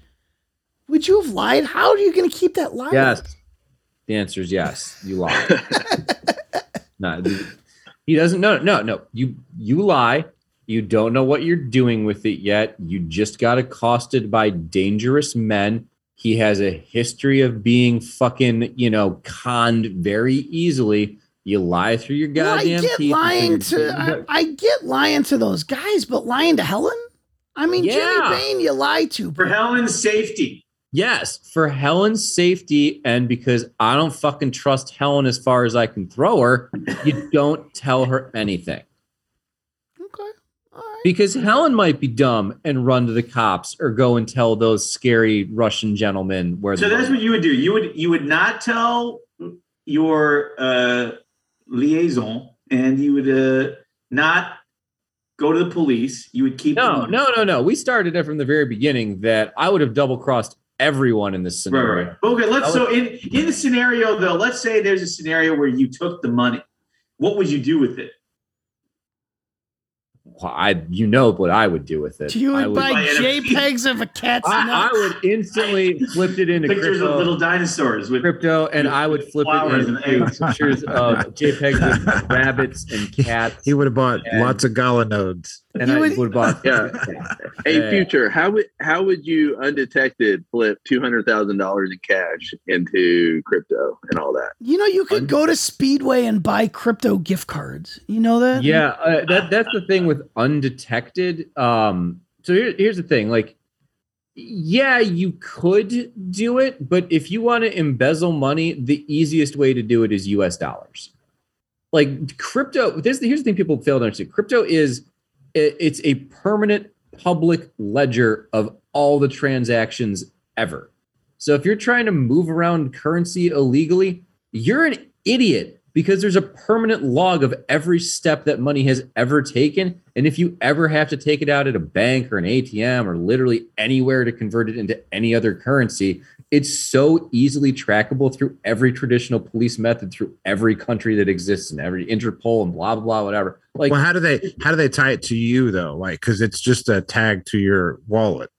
S9: would you have lied? How are you going to keep that lie?
S10: Yes. The answer is yes. You lie. no, he doesn't. No, no, no. You you lie. You don't know what you're doing with it yet. You just got accosted by dangerous men. He has a history of being fucking, you know, conned very easily. You lie through your
S9: Well, I
S10: goddamn
S9: get
S10: teeth.
S9: lying to I, I get lying to those guys, but lying to Helen? I mean,
S10: Yeah.
S9: Jimmy Bain, you lie to.
S8: For Helen's safety.
S10: Yes, for Helen's safety and because I don't fucking trust Helen as far as I can throw her, you don't tell her anything.
S9: Okay.
S10: Because Helen might be dumb and run to the cops or go and tell those scary Russian gentlemen where
S8: So
S10: the
S8: that's what you would do. You would you would not tell your uh, liaison, and you would uh, not go to the police. You would keep
S10: No, no, no, no. We started it from the very beginning that I would have double crossed everyone in this
S8: Right,
S10: scenario.
S8: right. right. Okay, let's.
S10: I
S8: So
S10: would-
S8: in in the scenario though, let's say there's a scenario where you took the money. What would you do with it?
S10: Well, I you know what I would do with it.
S9: You
S10: I
S9: would buy JPEGs of a cat's
S10: I, I
S9: nuts.
S10: would instantly flip it into
S8: Pictures
S10: crypto,
S8: of little dinosaurs with
S10: crypto, and I would flip
S8: flowers
S10: it
S8: and
S10: into
S8: eggs.
S10: pictures of JPEGs with rabbits and cats.
S11: He would have bought lots of Gala nodes.
S10: And I would have bought
S3: Yeah. Hey,
S11: Yeah.
S3: future, how would how would you undetected flip two hundred thousand dollars in cash into crypto and all that?
S9: You know, you could go to Speedway and buy crypto gift cards. You know that?
S10: yeah uh, that that's the thing with undetected um so here, here's the thing like yeah you could do it but if you want to embezzle money the easiest way to do it is us dollars like crypto this here's the thing people fail to understand crypto is it- it's a permanent public ledger of all the transactions ever so if you're trying to move around currency illegally, you're an idiot because there's a permanent log of every step that money has ever taken. And if you ever have to take it out at a bank or an ATM or literally anywhere to convert it into any other currency, it's so easily trackable through every traditional police method, through every country that exists and every Interpol and blah, blah, blah, whatever. Like,
S11: well, how do they how do they tie it to you though? Like, because it's just a tag to your wallet.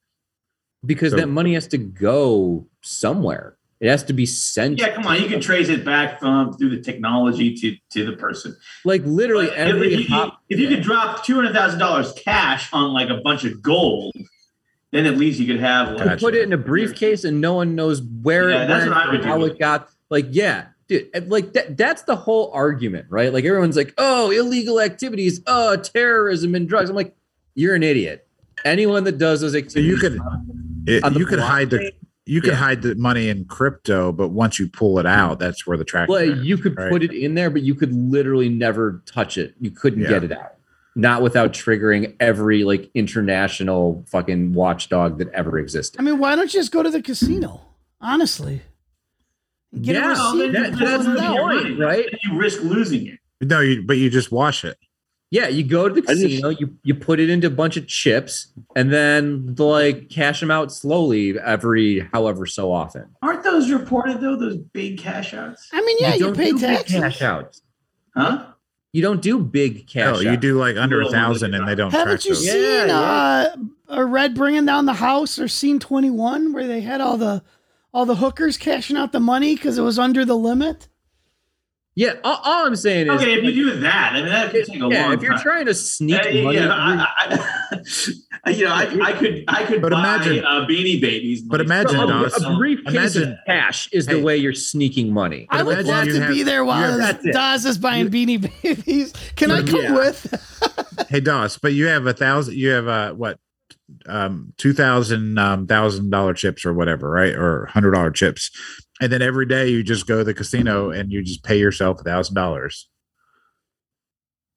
S10: because
S11: So-
S10: that money has to go somewhere. It has to be sent.
S8: Yeah, come on, you can trace it back from through the technology to to the person.
S10: Like literally every
S8: if, you,
S10: hop-
S8: if you could drop two hundred thousand dollars cash on like a bunch of gold, then at least you could have like
S10: You put it in a briefcase and no one knows where
S8: Yeah,
S10: it
S8: that's
S10: went,
S8: what I would
S10: or how
S8: do.
S10: it got. Like, yeah, dude, and, like that, that's the whole argument, right? Like everyone's like, oh, illegal activities, oh, terrorism and drugs. I'm like, you're an idiot. Anyone that does those activities,
S11: you could, It, you could hide the you can hide the money in crypto, but once you pull it out, that's where the track.
S10: Well, you could
S11: right?
S10: put it in there, but you could literally never touch it. You couldn't
S11: Yeah.
S10: get it out. Not without triggering every like international fucking watchdog that ever existed.
S9: I mean, why don't you just go to the casino? Honestly, get a receipt.
S8: that-
S9: and
S8: that's
S9: pull it
S8: the
S9: out.
S8: point,
S10: right?
S8: You risk losing it.
S11: No, you, but you just wash it.
S10: Yeah, you go to the casino, you you put it into a bunch of chips, and then like cash them out slowly every however so often.
S8: Aren't those reported though? Those big cash outs.
S9: I mean, yeah, you,
S10: don't
S9: pay
S10: do big
S9: taxes.
S10: cash outs,
S8: huh?
S10: You don't do big cash.
S11: No, Oh, you
S10: outs.
S11: do like under a thousand, and they don't.
S9: Haven't
S11: track
S9: you
S11: those.
S9: seen uh, a Red bringing down the house or scene twenty one where they had all the all the hookers cashing out the money because it was under the limit?
S10: Yeah, all, all I'm saying is
S8: Okay, if you do that, I mean that could take a
S10: yeah,
S8: long
S10: if you're
S8: time.
S10: trying to sneak
S8: Uh, yeah,
S10: money,
S8: I- I- you know, I, I could, I could
S11: But
S8: buy
S11: imagine-
S8: uh, Beanie Babies.
S11: but imagine,
S10: a,
S11: Dawes,
S10: a briefcase
S11: imagine-
S10: of cash is
S11: Hey.
S10: the way you're sneaking money.
S11: But
S9: I would
S11: imagine
S9: love
S11: you
S9: to
S11: have-
S9: be there while
S11: you have-
S9: Daz is buying Beanie Babies. Can I come
S11: Yeah.
S9: with?
S11: Hey, Doss, but you have a thousand. You have uh what? Um, two thousand um thousand dollar chips or whatever, right? Or hundred dollar chips, and then every day you just go to the casino and you just pay yourself a thousand dollars.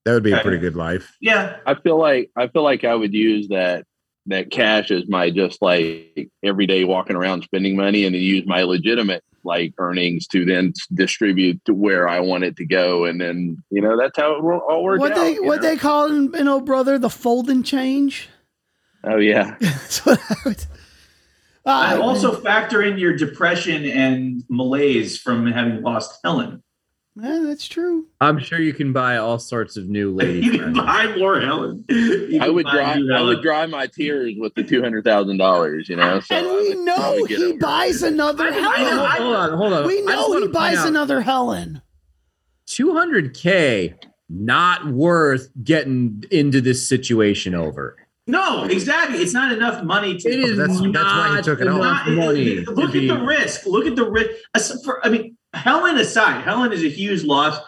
S11: That would be a
S3: Okay.
S11: pretty good life.
S8: Yeah,
S3: I feel like I feel like I would use that that cash as my just like everyday walking around spending money, and then use my legitimate like earnings to then s- distribute to where I want it to go, and then you know that's how it will all work
S9: What
S3: out.
S9: they
S3: you
S9: what
S3: know?
S9: they call in, in old brother the folding change?
S3: oh yeah,
S9: That's what I would. Uh,
S8: I also factor in your depression and malaise from having lost Helen.
S9: yeah, that's true.
S10: I'm sure you can buy all sorts of new lady
S8: You can
S10: friends.
S8: buy more Helen. You
S3: I
S8: can
S3: would
S8: buy
S3: dry
S8: new
S3: I
S8: Helen.
S3: would dry my tears with the two hundred thousand dollars. You know, so
S9: and
S3: I
S9: we
S3: would
S9: know
S3: probably get
S9: he
S3: over it.
S9: buys another
S10: Hold
S9: Helen.
S10: on, hold on, hold on.
S9: We
S10: I just
S9: know
S10: wanna
S9: he
S10: point
S9: buys
S10: out,
S9: another Helen.
S10: 200k. Not worth getting into this situation over.
S8: No, exactly. It's not enough money to. e-
S10: It is
S11: Oh, That's- that's why
S10: not
S11: he took it off.
S10: enough money. to
S8: Look at
S10: be-
S8: the risk. Look at the risk. As- for- I mean, Helen aside, Helen is a huge loss.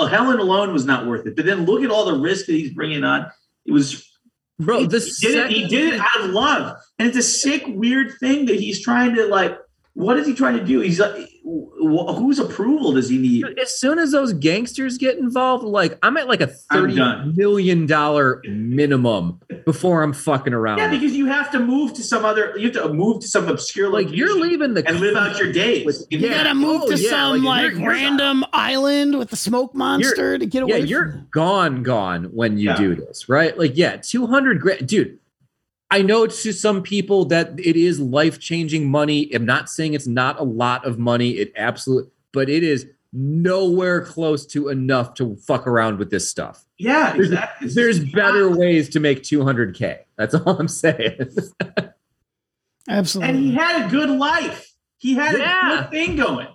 S8: Uh, Helen alone was not worth it. But then look at all the risk that he's bringing on. It was
S10: bro. The
S8: he did it. He did it out of love, and it's a sick, weird thing that he's trying to like. What is he trying to do? He's like, wh- whose approval does he need?
S10: as soon as those gangsters get involved, like I'm at like a
S8: I'm
S10: thirty
S8: done.
S10: million dollar minimum before I'm fucking around.
S8: Yeah, because you have to move to some other. You have to move to some obscure
S10: like
S8: location
S10: you're leaving the
S8: and live out your days.
S9: You
S10: Yeah.
S9: gotta move
S10: Oh,
S9: to
S10: yeah,
S9: some
S10: like,
S9: like,
S10: you're- you're-
S9: random island with the smoke monster to get away.
S10: yeah, you're
S9: from it.
S10: gone, gone when you
S8: Yeah.
S10: do this, right? Like, yeah, 200 grand, dude. I know to some people that it is life changing money. I'm not saying it's not a lot of money, it absolutely, but it is nowhere close to enough to fuck around with this stuff.
S8: Yeah, exactly. It's
S10: There's
S8: just-
S10: better ways to make 200K. That's all I'm saying.
S9: absolutely.
S8: And he had a good life. He had a
S10: Yeah.
S8: good thing going.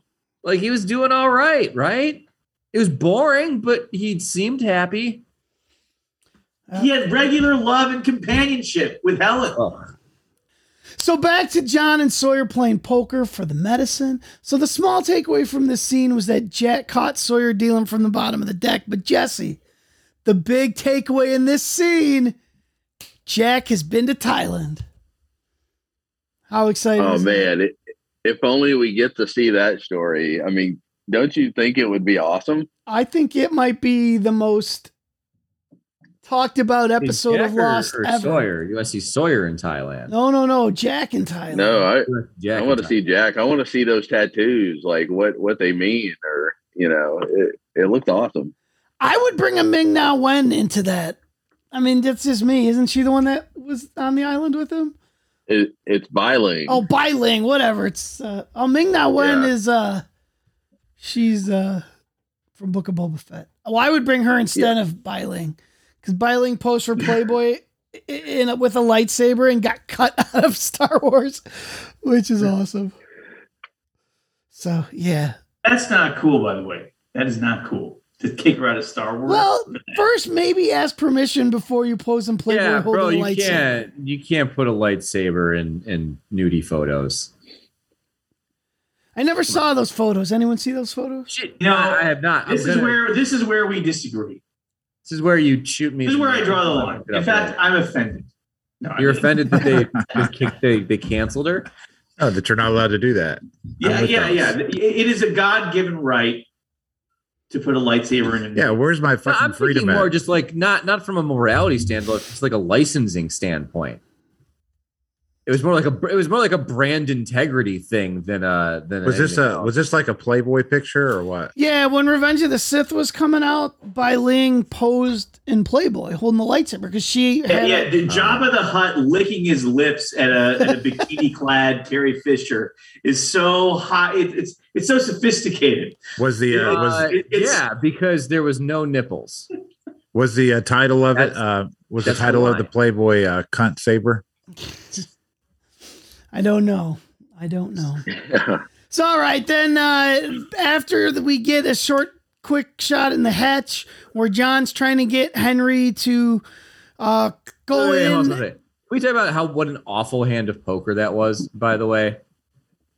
S10: like, he was doing all right, right? It was boring, but he seemed happy.
S8: He had regular love and companionship with Helen.
S10: Oh.
S9: So back to John and Sawyer playing poker for the medicine. So the small takeaway from this scene was that Jack caught Sawyer dealing from the bottom of the deck, but Jesse, the big takeaway in this scene, Jack has been to Thailand. How exciting!
S3: Oh
S9: is that?
S3: man, it, if only we get to see that story. I mean, don't you think it would be awesome?
S9: I think it might be the most talked about episode
S10: Jack
S9: of
S10: or-
S9: Lost
S10: or
S9: ever.
S10: Sawyer. You want to see Sawyer in Thailand?
S9: No, no, no, Jack and Thailand.
S3: No, I I
S10: Jack in
S3: want to
S10: Thailand.
S3: see Jack. I want to see those tattoos, like what what they mean, or you know, it, it looked awesome.
S9: I would bring a Ming Na Wen into that. I mean, that's just me. Isn't she the one that was on the island with him?
S3: It, it's biling.
S9: Oh, Bai Ling, whatever. It's uh, oh, Ming Na Wen
S3: Yeah.
S9: is uh, she's uh, from Book of Boba Fett. Oh, I would bring her instead of Bai Ling because Bai Ling posed for Playboy i- in with a lightsaber and got cut out of Star Wars, which is awesome. So yeah.
S8: That's not cool, by the way. That is not cool to kick her out of Star Wars.
S9: Well, first maybe ask permission before you pose in Playboy
S10: Yeah,
S9: holding
S10: bro,
S9: a
S10: you
S9: lightsaber.
S10: can't you can't put a lightsaber in in nudie photos.
S9: I never saw those photos. Anyone see those photos?
S8: No,
S10: I have not. I'm
S8: this is
S10: gonna-
S8: where this is where we disagree.
S10: this is where you shoot me.
S8: This is where I draw the
S10: I'll
S8: line.
S10: look it
S8: In
S10: up
S8: fact,
S10: later.
S8: I'm offended. No, I
S10: you're
S8: mean-
S10: offended that they they, kicked- they they canceled her.
S11: Oh, that you're not allowed to do that.
S8: Yeah,
S11: I'm with
S8: yeah,
S11: those.
S8: yeah. It it is a God given right to put a lightsaber in.
S11: Yeah, where's my fucking
S10: I'm
S11: freedom
S10: thinking
S11: at?
S10: more just like not not from a morality standpoint, just like a licensing standpoint. It was more like a it was more like a brand integrity thing than uh than
S11: was this
S10: anything
S11: a
S10: else.
S11: was this like a Playboy picture or what?
S9: Yeah, when Revenge of the Sith was coming out, Bai Ling posed in Playboy holding the lightsaber because she
S8: Yeah,
S9: had
S8: yeah, the
S11: um,
S8: Jabba the Hutt licking his lips at a, at a bikini clad Carrie Fisher is so hot. It, it's it's so sophisticated.
S11: Was the uh,
S10: Uh,
S11: was
S10: yeah, because there was no nipples.
S11: was the uh, title of it uh, was the
S10: that's the
S11: title of the
S10: line.
S11: Playboy uh, cunt saber?
S9: I don't know. I don't know. It's all right. Then uh, after the, we get a short, quick shot in the hatch where John's trying to get Henry to uh, go
S10: Wait, wait, hold on a
S9: in.
S10: second. Can we talk about how what an awful hand of poker that was? By the way,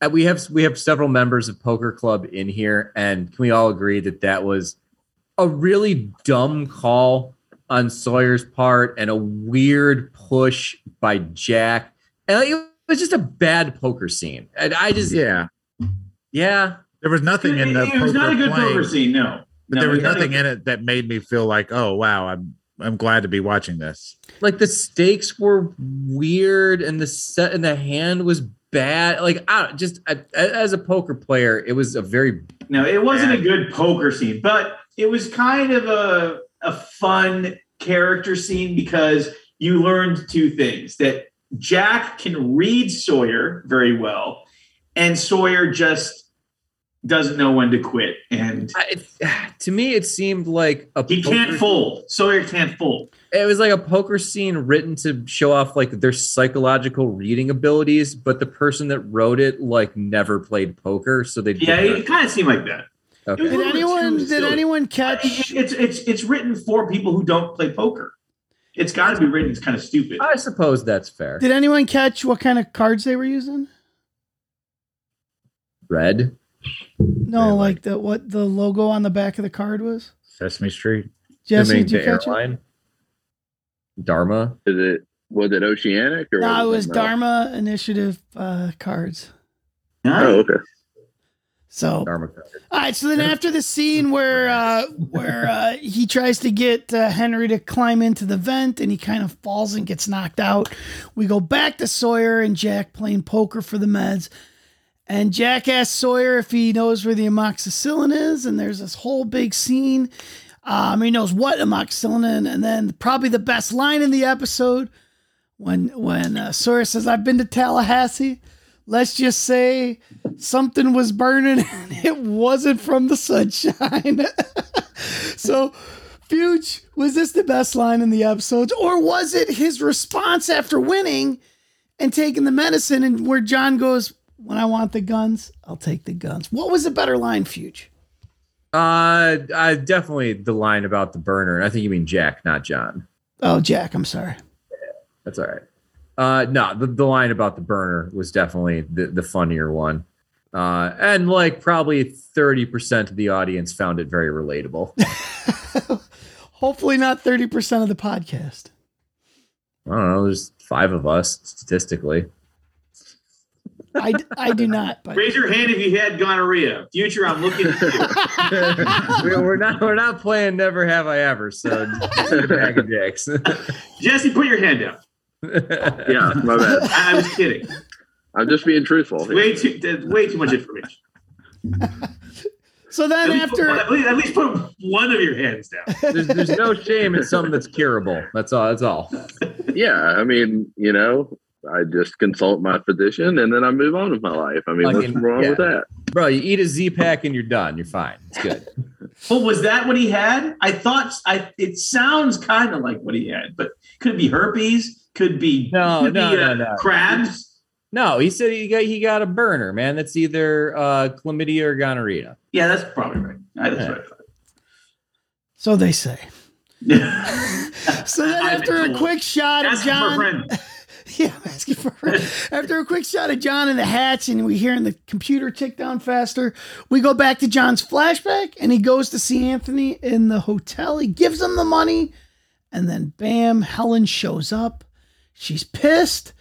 S10: Uh, we have we have several members of Poker Club in here, and can we all agree that that was a really dumb call on Sawyer's part and a weird push by Jack, and like, it was just a bad poker scene. And I just
S11: yeah
S10: yeah.
S11: There was nothing in the
S8: It was not a
S11: poker
S8: good
S11: playing,
S8: poker scene. No,
S11: but
S8: No,
S11: there was
S8: it was
S11: nothing in it that made me feel like, oh wow, I'm I'm glad to be watching this.
S10: like the stakes were weird and the set and the hand was bad like i don't- just I, as a poker player it was a very
S8: no, it wasn't a good poker scene, but it was kind of a a fun character scene because you learned two things that Jack can read Sawyer very well, and Sawyer just doesn't know when to quit, and
S10: to me it seemed like a
S8: he can't fold. Sawyer can't fold.
S10: it was like a poker scene written to show off like their psychological reading abilities but the person that wrote it like never played poker so they
S8: Yeah, it kind of seemed like that.
S10: okay.
S8: It
S9: Did
S8: was a little
S9: anyone?
S8: too
S9: Did
S8: silly.
S9: anyone catch?
S8: It- It's it's it's written for people who don't play poker. It's got to be written. It's kind of stupid.
S10: i suppose that's fair
S9: Did anyone catch what kind of cards they were using?
S10: red
S9: No, like the what the logo on the back of the card was.
S11: Sesame Street.
S9: Jesse,
S10: mean,
S9: did you
S10: the
S9: catch it?
S10: airline dharma
S3: Is it was it oceanic or
S9: No, it was
S3: something else?
S9: Dharma Initiative uh, cards.
S3: Oh, okay.
S9: So
S10: dharma code.
S9: All right, so then after the scene where uh, where uh, he tries to get uh, Henry to climb into the vent and he kind of falls and gets knocked out, we go back to Sawyer and Jack playing poker for the meds. And Jack asks Sawyer if he knows where the amoxicillin is, and there's this whole big scene. Um, he knows what amoxicillin, and then probably the best line in the episode when when uh, Sawyer says, "I've been to Tallahassee." Let's just say something was burning and it wasn't from the sunshine. so, Fuge, was this the best line in the episode? Or was it his response after winning and taking the medicine and where John goes, When I want the guns, I'll take the guns? What was a better line, Fuge?
S10: Uh, I definitely the line about the burner. and I think you mean Jack, not John.
S9: Oh, Jack, I'm sorry.
S10: That's all right. Uh, no, the, the line about the burner was definitely the, the funnier one. Uh, and like probably 30% of the audience found it very relatable. I
S9: Hopefully, not 30% of the podcast.
S10: don't know. There's five of us statistically.
S9: I, I do not, but
S8: Raise your hand if you had gonorrhea. Future, I'm looking at you.
S10: We're we're not, we're not playing Never Have I Ever. So just a bag of dicks.
S8: Jesse, put your hand down.
S3: Yeah, my bad.
S8: I, I was kidding.
S3: I'm just being truthful. here.
S8: Way too that's way too much information.
S9: So then
S8: At least, put,
S9: after.
S8: one- at least- at least put one of your hands down.
S10: There's, there's no shame in something that's curable. That's all. That's all.
S3: Yeah, I mean, you know, I just consult my physician and then I move on with my life. I mean, what's
S10: Fucking-
S3: wrong
S10: yeah.
S3: with that?
S10: Bro, you eat a Z pack and you're done. You're fine. It's good.
S8: Well, was that what he had? I thought I. It sounds kind of like what he had, but could be herpes. Could be
S10: No,
S8: could
S10: no,
S8: be, uh,
S10: no, no.
S8: crabs.
S10: No, he said he got he got a burner, man. That's either uh, chlamydia or gonorrhea.
S8: Yeah, that's probably right. I- That's
S10: Yeah.
S8: right.
S9: So they say. so then
S8: I'm
S9: after a
S8: cool.
S9: quick shot of
S8: Ask him for a
S9: John.
S8: friend.
S9: Yeah, I'm asking for After a quick shot of John in the hatch and we hearing the computer tick down faster, we go back to John's flashback and he goes to see Anthony in the hotel. He gives him the money and then bam, Helen shows up. She's pissed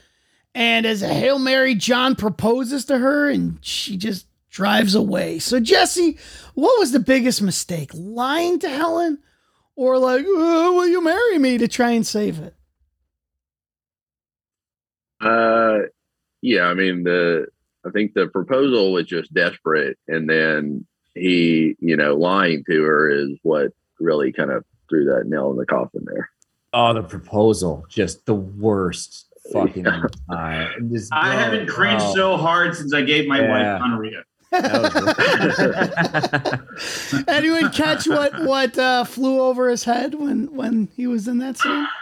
S9: And as a Hail Mary, John proposes to her and she just drives away. So, Jesse, what was the biggest mistake? Lying to Helen or like, "Uh, will you marry me to try and save it?
S3: Uh, yeah, I mean the I think the proposal was just desperate, and then he, you know, lying to her is what really kind of threw that nail in the coffin there.
S10: Oh, the proposal, just the worst fucking. uh, just-
S8: I
S10: oh,
S8: haven't cringed
S10: wow.
S8: so hard since I gave my
S10: Yeah.
S8: wife gonorrhea.
S9: Anyone catch what what uh, flew over his head when when he was in that scene?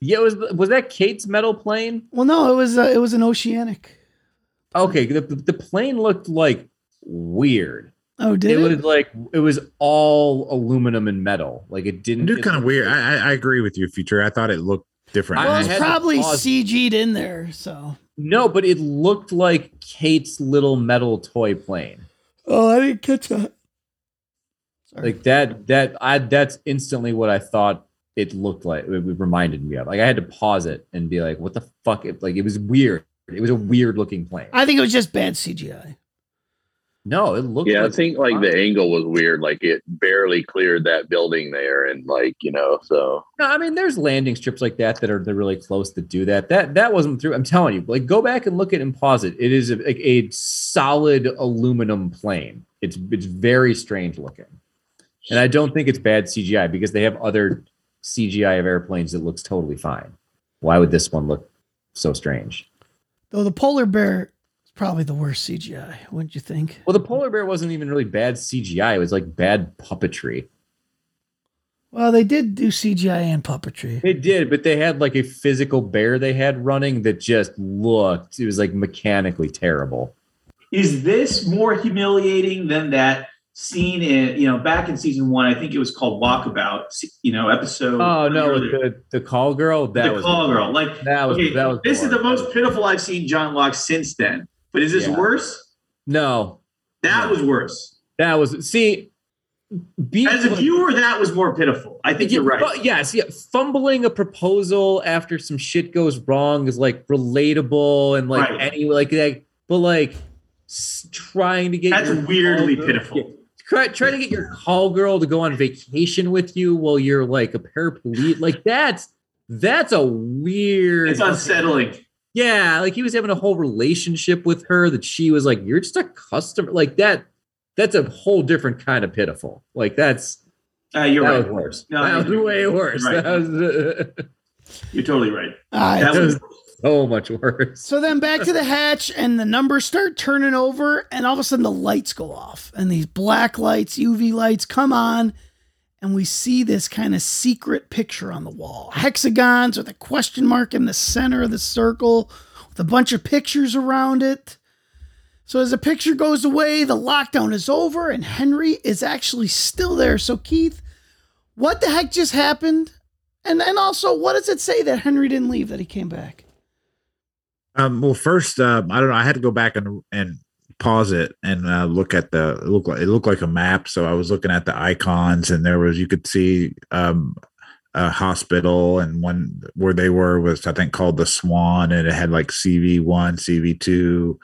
S10: Yeah, was was that Kate's metal plane?
S9: Well, no, it was uh, it was an oceanic.
S10: Okay, the, the plane looked like weird.
S9: Oh, did it?
S10: was like it was all aluminum and metal. Like it didn't.
S11: It looked kind of weird. I, I I agree with you, Future. I thought it looked different.
S9: well,
S10: I
S9: it's
S10: had to
S9: probably
S10: pause.
S9: CG'd in there, so.
S10: No, but it looked like Kate's little metal toy plane.
S9: Oh, I didn't catch that.
S10: Like that. That I. That's instantly what I thought it looked like. It, it reminded me of. Like I had to pause it and be like, "What the fuck?" It, like it was weird. It was a weird looking plane.
S9: I think it was just bad CGI.
S10: No, it looked.
S3: Yeah,
S10: like
S3: I think like the angle was weird. Like it barely cleared that building there, and like you know, so
S10: No, I mean there's landing strips like that that are they're really close to do that. That that wasn't through. I'm telling you, like go back and look at it and pause it. It is a, like a solid aluminum plane. It's it's very strange looking, and I don't think it's bad CGI because they have other CGI of airplanes that looks totally fine. Why would this one look so strange?
S9: Though the polar bear is probably the worst CGI, wouldn't you think?
S10: Well, the polar bear wasn't even really bad CGI. It was like bad puppetry.
S9: Well, they did do CGI and puppetry.
S10: They did, but they had like a physical bear they had running that just looked. It was like mechanically terrible.
S8: Is this more humiliating than that scene in you know back in season one? I think it was called Walkabout. You know, episode.
S10: Oh no, with the the call girl. That
S8: the
S10: was
S8: call girl. Like
S10: that was
S8: okay,
S10: that was.
S8: this is the
S10: boring.
S8: most pitiful I've seen John Locke since then. But is this
S10: Yeah.
S8: worse?
S10: No,
S8: That was worse.
S10: that was see. Be,
S8: As a viewer, that was more pitiful. I think you're right.
S10: But yes, yeah. Fumbling a proposal after some shit goes wrong is like relatable and like
S8: Right.
S10: any like like, but like s- trying to get
S8: That's
S10: your
S8: weirdly
S10: call girl-
S8: pitiful.
S10: yeah, Try, trying to get your call girl to go on vacation with you while you're like a paraplegic. Like that's that's a weird.
S8: It's unsettling.
S10: Yeah, like he was having a whole relationship with her that she was like, "You're just a customer." Like that. That's a whole different kind of pitiful. Like that's
S8: Uh, you're
S10: that
S8: right.
S10: was worse.
S8: No,
S10: that was
S8: you're-
S10: way
S8: you're
S10: worse.
S8: right.
S10: That was,
S8: You're totally right.
S9: All
S8: That
S9: right.
S8: was-
S10: so much worse.
S9: So then back to the hatch, and the numbers start turning over, and all of a sudden the lights go off, and these black lights, UV lights come on, and we see this kind of secret picture on the wall hexagons with a question mark in the center of the circle, with a bunch of pictures around it. So as the picture goes away, the lockdown is over, and Henry is actually still there. So, Keith, what the heck just happened? And, and also, what does it say that Henry didn't leave, that he came back?
S11: Um, well, first, um, I don't know. I had to go back and and pause it and uh, look at the it looked like it looked like a map. So I was looking at the icons, and there was you could see um, a hospital and one where they were was I think called the Swan, and it had like CV one, CV two,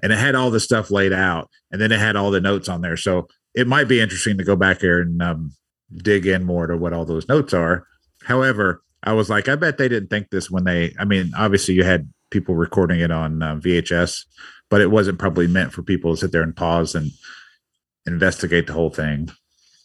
S11: and it had all the stuff laid out, and then it had all the notes on there. So it might be interesting to go back here and um, dig in more to what all those notes are. However, I was like, I bet they didn't think this when they. I mean, obviously, you had people recording it on uh, VHS, but it wasn't probably meant for people to sit there and pause and investigate the whole thing.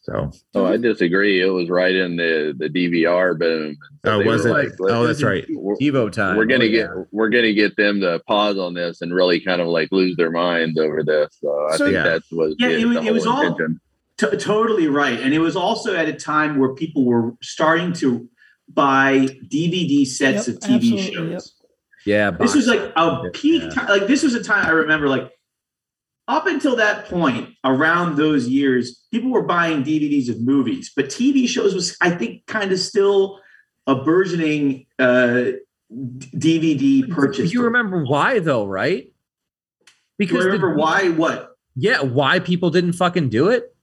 S11: So,
S3: oh, I disagree. It was right in the the DVR boom.
S11: oh,
S3: They
S11: was it?
S3: were like,
S11: oh,
S3: "Let's-
S11: that's right.
S10: Evo time.
S3: We're gonna
S10: Oh,
S3: get
S10: yeah.
S3: we're gonna get them to pause on this and really kind of like lose their minds over this. So I
S9: So-
S3: think
S11: Yeah.
S3: that's what
S8: Yeah,
S3: is
S8: it was-
S3: the
S8: it
S3: whole
S8: was all-
S3: intention.
S8: T- totally right. And it was also at a time where people were starting to buy DVD sets
S9: Yep,
S8: of TV
S9: absolutely,
S8: shows.
S9: yep.
S10: Yeah,
S8: This
S10: box-
S8: was like a
S10: Yeah.
S8: peak time. Like this was a time I remember like up until that point around those years, people were buying DVDs of movies, but TV shows was, I think, kind of still a burgeoning uh, d- DVD purchase.
S10: You remember why though, right?
S8: Do I
S10: Because the-
S8: remember why what?
S10: Yeah, why people didn't fucking do it?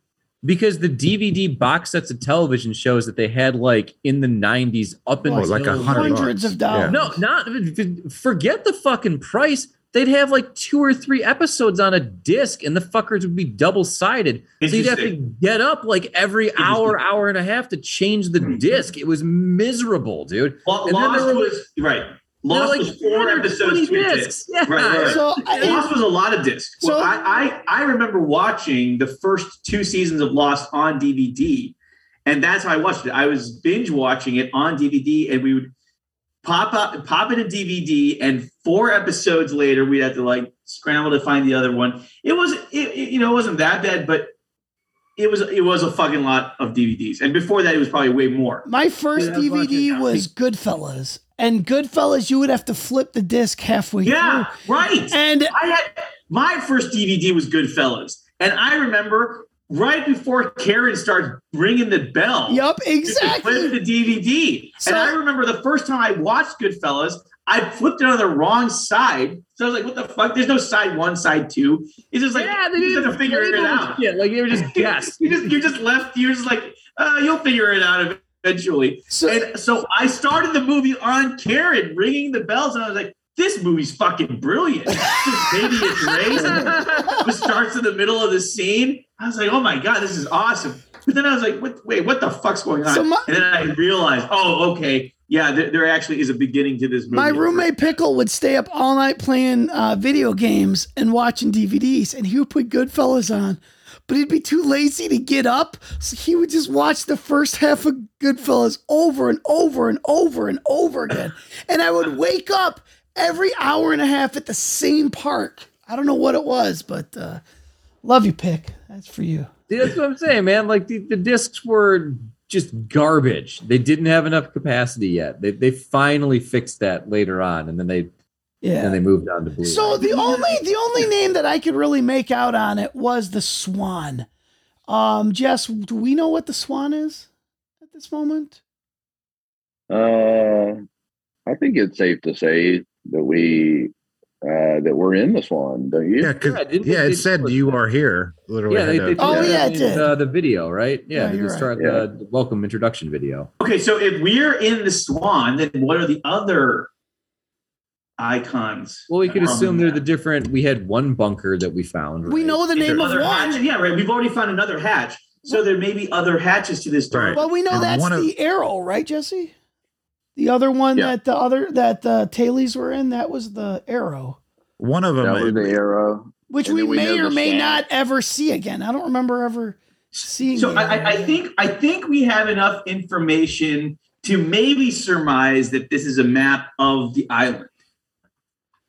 S10: because the DVD box sets of television shows that they had like in the 90s up
S11: Oh,
S10: until
S11: like a hundred
S9: Hundreds bucks. of dollars.
S10: No, not forget the fucking price. They'd have like two or three episodes on a disc and the fuckers would be double sided. So you'd have to
S8: Interesting.
S10: get up like every hour, hour and a half to change the
S8: Hmm.
S10: disc. It was miserable, dude.
S8: Lo-
S10: And then
S8: Lost
S10: there were-
S8: was right. Lost
S10: like,
S8: was four
S10: 320
S8: episodes, three
S10: discs.
S8: discs.
S10: Yeah.
S8: Right, right, right.
S10: So,
S9: I-
S8: Lost was a lot of discs. well,
S9: So-
S8: I, I I remember watching the first two seasons of Lost on DVD, and that's how I watched it. I was binge watching it on DVD, and we would pop up pop it a DVD, and four episodes later, we'd have to like scramble to find the other one. It wasn't it, it- you know it wasn't that bad, but it was it was a fucking lot of DVDs, and before that, it was probably way more.
S9: My first
S8: Yeah,
S9: DVD was Goodfellas, and Goodfellas, you would have to flip the disc halfway
S8: Yeah,
S9: through.
S8: right.
S9: And
S8: I had my first DVD was Goodfellas, and I remember right before Karen starts ringing the bell.
S9: Yup,
S8: you could
S9: exactly.
S8: Flip the DVD, and I remember the first time I watched Goodfellas, I flipped it on the wrong side. So I was like, "What the fuck? There's no side one, side two. It's just like
S10: Yeah, they
S8: you just
S10: didn't
S8: have to figure
S10: play
S8: it
S10: that
S8: out.
S10: shit. Like, they were just guessed.
S8: you just you just left. You're just like, uh, you'll figure it out eventually. and so I started the movie on Karen ringing the bells, and I was like, this movie's fucking brilliant. This baby is raised. It starts in the middle of the scene. I was like, oh my god, this is awesome. But then I was like, what? Wait, what the fuck's going on?
S9: So my-
S8: and then I realized, oh, okay, yeah, there, there actually is a beginning to this movie.
S9: My roommate Pickle would stay up all night playing uh, video games and watching DVDs, and he would put Goodfellas on, but he'd be too lazy to get up, so he would just watch the first half of Goodfellas over and over and over and over again. and I would wake up every hour and a half at the same park. I don't know what it was, but uh, love you, Pick. That's for you.
S10: Dude, that's what I'm saying, man. Like the, the discs were just garbage. They didn't have enough capacity yet. They they finally fixed that later on, and then they
S9: Yeah.
S10: and they moved on to blue.
S9: So the only the only name that I could really make out on it was the Swan. Um, Jess, do we know what the Swan is at this moment?
S3: Uh, I think it's safe to say that we uh, that we're in the Swan, don't you?
S11: Yeah, 'cause-
S10: Yeah,
S11: yeah,
S10: didn't they-
S11: it said you are here. Literally,
S10: yeah, they,
S11: had
S10: they
S11: a-
S10: did that
S9: Oh, yeah, it
S10: in,
S9: did.
S10: Uh, the video, right? Yeah,
S9: Yeah,
S10: they
S9: you're
S10: did start
S3: right.
S10: the, the welcome introduction video.
S8: Okay, so if we're in the Swan, then what are the other icons?
S10: Well, we could
S8: from
S10: assume they're
S8: that?
S10: the different. We had one bunker that we found.
S9: We know the name of
S8: Another hatch.
S9: one.
S8: Yeah, right. We've already found another hatch. So there may be other hatches to this story.
S9: Well, we know
S11: And
S9: that's
S11: one of-
S9: the arrow, right, Jesse? The other one
S3: Yeah.
S9: that the other that the Tailies were in, that was the arrow,
S11: one of them.
S3: That was the arrow.
S9: which
S3: And
S9: we,
S3: then we
S9: may
S3: know
S9: or
S3: the
S9: may
S3: Swan.
S9: not ever see again. I don't remember ever seeing.
S8: So
S9: the
S8: I, I-
S9: arrow.
S8: I think I think we have enough information to maybe surmise that this is a map of the island.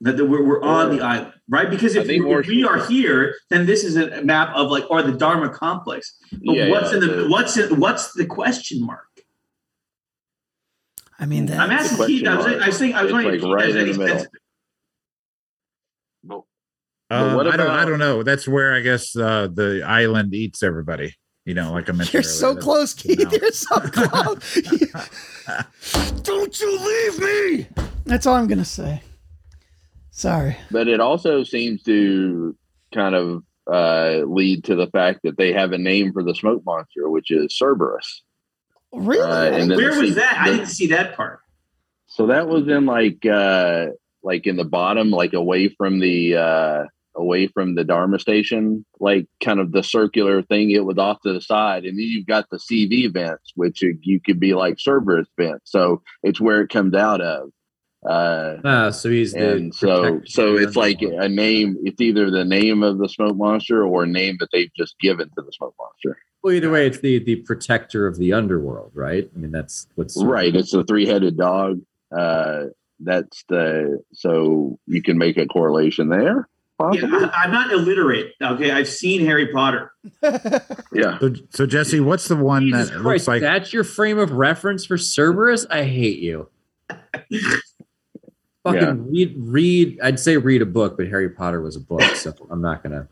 S8: That that we're, we're on the island, right? Because
S3: I
S8: if,
S3: think
S8: we- if
S3: we're-
S8: we are here, then this is a map of like or the Dharma complex. But
S3: Yeah,
S8: what's
S3: yeah,
S8: in the,
S3: the-
S8: what's in, what's the question mark?
S9: I mean,
S8: I'm
S9: that's,
S8: asking Keith. I was, I was thinking I was
S3: It's
S8: wondering if
S3: like
S8: Keith has
S3: right in
S8: any
S3: the middle.
S8: sense-
S3: But
S11: Um,
S3: what
S11: I don't. I
S3: about-
S11: don't know. That's where I guess uh, the island eats everybody. You know, like I mentioned.
S9: you're
S11: earlier.
S9: so
S11: That's-
S9: close, Keith.
S11: No.
S9: You're so close. don't you leave me. That's all I'm gonna say. Sorry.
S3: But it also seems to kind of uh, lead to the fact that they have a name for the smoke monster, which is Cerberus.
S9: Really?
S3: Uh, and then-
S8: Where
S3: see,
S8: was that? I
S3: the-
S8: didn't see that part.
S3: So that was in like uh, like in the bottom, like away from the uh, away from the Dharma station, like kind of the circular thing. It was off to the side, and then you've got the CV vents, which you, you could be like Cerberus vent. So it's where it comes out of. Uh,
S10: Ah, so he's the
S3: and so
S10: protector
S3: so
S10: of
S3: it's
S10: the
S3: like
S10: underworld.
S3: a name it's either the name of the smoke monster or a name that they've just given to the smoke monster
S10: Well, either way, it's the the protector of the underworld, right? I mean, that's what's
S3: right it's the three-headed dog uh that's the so you can make a correlation there
S8: Yeah,
S3: possibly.
S8: I, I'm not illiterate. Okay, I've seen Harry Potter.
S3: yeah
S11: So, so Jesse, what's the one
S10: Jesus
S11: that
S10: Christ,
S11: looks like?
S10: that's your frame of reference for Cerberus? I hate you. Fucking
S3: Yeah.
S10: read, read. I'd say read a book, but Harry Potter was a book, so I'm not gonna.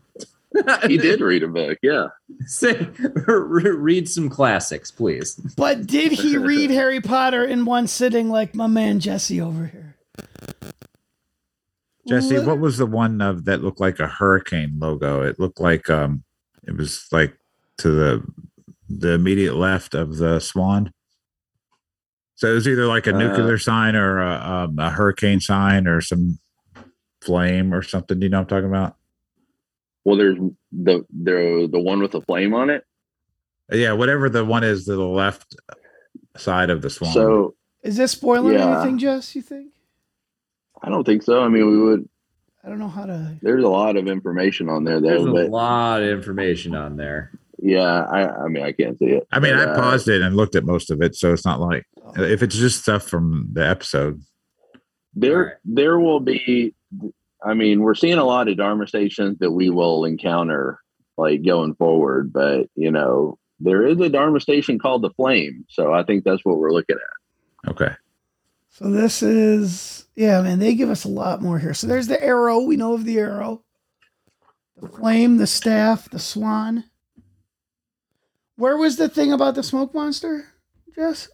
S3: he did read a book yeah
S10: say re- read some classics, please.
S9: But did he read Harry Potter in one sitting like my man Jesse over here?
S11: Jesse,
S9: Look-
S11: what was the one of that looked like a hurricane logo? It looked like um, it was like to the the immediate left of the Swan. So it was either like a
S3: Uh,
S11: nuclear sign or a, um, a hurricane sign or some flame or something. Do you know what I'm talking about?
S3: Well, there's the the the one with the flame on it.
S11: Yeah, whatever the one is to the left side of the Swan.
S3: So
S9: Is this spoiling
S3: Yeah.
S9: anything, Jess? You think?
S3: I don't think so. I mean, we would.
S9: I don't know how to.
S3: There's a lot of information on there,
S10: There's
S3: though.
S10: a
S3: But
S10: lot of information on there.
S3: yeah, I I mean, I can't see it.
S11: I mean,
S3: But,
S11: I
S3: uh,
S11: paused it and looked at most of it, so it's not like if it's just stuff from the episode.
S3: There, there will be. I mean, we're seeing a lot of Dharma stations that we will encounter, like going forward. But you know, there is a Dharma station called the Flame, so I think that's what we're looking at.
S11: Okay.
S9: So this is yeah, man. They give us a lot more here. So there's the arrow. We know of the arrow, the flame, the staff, the swan. Where was the thing about the smoke monster, Jess?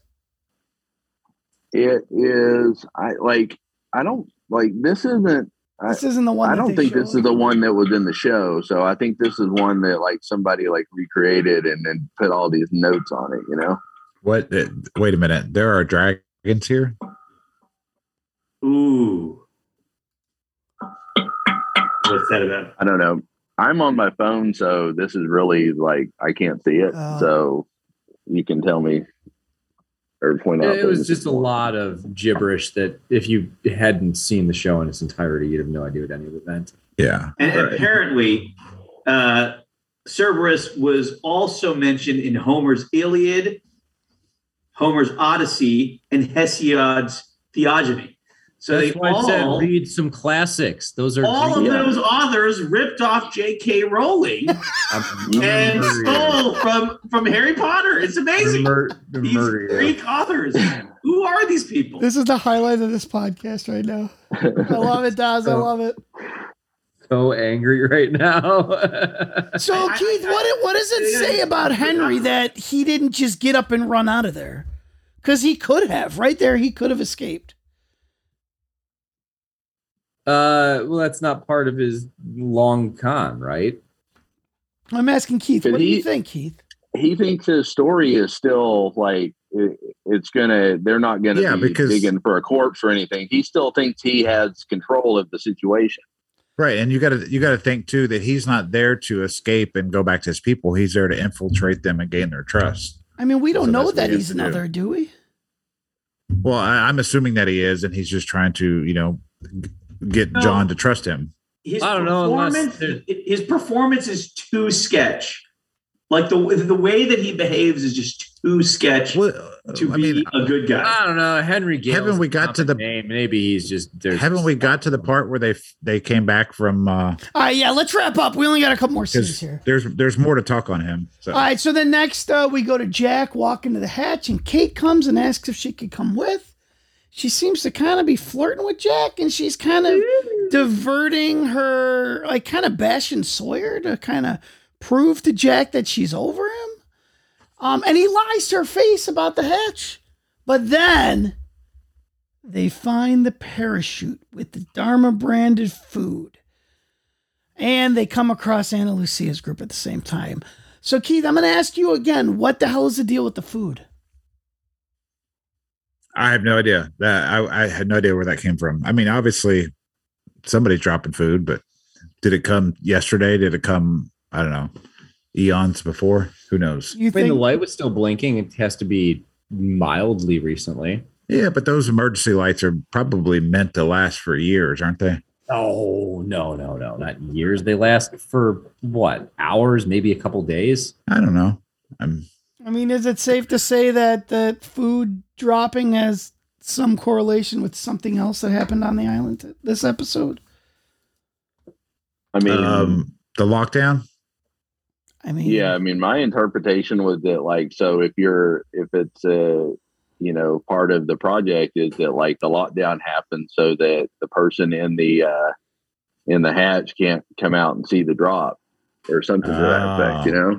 S3: It is. I like. I don't like. This isn't.
S9: This isn't the one
S3: I
S9: that
S3: don't
S9: they
S3: think this is the one that was in the show. So I think this is one that like somebody like recreated and then put all these notes on it. You know.
S11: What? uh, Wait a minute. There are dragons here.
S8: Ooh. What's that about?
S3: I don't know. I'm on my phone, so this is really like I can't see it.
S10: Oh.
S3: so you can tell me or point out.
S10: It was
S3: things.
S10: just a lot of gibberish that if you hadn't seen the show in its entirety, you'd have no idea what any of it meant.
S11: Yeah.
S8: And apparently, uh, Cerberus was also mentioned in Homer's Iliad, Homer's Odyssey, and Hesiod's Theogony. So
S10: That's
S8: they
S10: why I said
S8: all,
S10: read some classics. Those are
S8: all of
S10: great.
S8: those authors ripped off J.K. Rowling and stole from from Harry Potter. It's amazing. these Greek authors. Who are these people?
S9: This is the highlight of this podcast right now. I love it, Daz. I love it.
S10: So angry right now.
S9: So Keith, what it, what does it say about Henry that he didn't just get up and run out of there? Because he could have, right there, he could have escaped.
S10: Uh, well, that's not part of his long con, right?
S9: I'm asking Keith,
S3: Did
S9: what do you
S3: he-
S9: think, Keith?
S3: He thinks his story is still like it, it's gonna. They're not gonna
S11: Yeah,
S3: be
S11: because-
S3: digging for a corpse or anything. He still thinks he has control of the situation.
S11: Right, and you got to you got to think too that he's not there to escape and go back to his people. He's there to infiltrate them and gain their trust.
S9: I mean, we don't
S11: So that's
S9: know
S11: what
S9: that
S11: he has
S9: he's
S11: to do.
S9: another, do we?
S11: Well, I, I'm assuming that he is, and he's just trying to you know g- get John to trust him.
S8: his
S10: I don't know, unless
S8: performance, his performance is too sketch. Like the the way that he behaves is just too sketch to be a good guy.
S10: I don't know. Henry Gale.
S11: Haven't we got to the
S10: name? Maybe he's just there's
S11: Haven't we got to the part where they f- they came back from? uh
S9: All right, yeah, let's wrap up. We only got a couple more scenes
S11: 'cause
S9: here.
S11: There's there's more to talk on him. So.
S9: All right, so then next uh, we go to Jack walking to the hatch, and Kate comes and asks if she could come with. She seems to kind of be flirting with Jack, and she's kind of diverting her, like kind of bashing Sawyer to kind of prove to Jack that she's over him. Um, and he lies to her face about the hatch, but then they find the parachute with the Dharma branded food. And they come across Anna Lucia's group at the same time. So, Keith, I'm going to ask you again what the hell is the deal with the food?
S11: I have no idea. That I, I had no idea where that came from. I mean, obviously, somebody's dropping food, but did it come yesterday? Did it come? I don't know. Eons before? Who knows?
S10: I mean, the light was still blinking. It has to be mildly recently.
S11: Yeah, but those emergency lights are probably meant to last for years, aren't they?
S10: Oh no, no, no! Not years. They last for what hours? Maybe a couple days.
S11: I don't know. I'm
S9: I mean, is it safe to say that the food dropping has some correlation with something else that happened on the island this episode?
S3: I mean,
S11: um, the lockdown.
S9: I mean,
S3: yeah, I mean, my interpretation was that like, so if you're, if it's a, you know, part of the project is that like the lockdown happens so that the person in the, uh, in the hatch can't come out and see the drop or something to that effect, you know?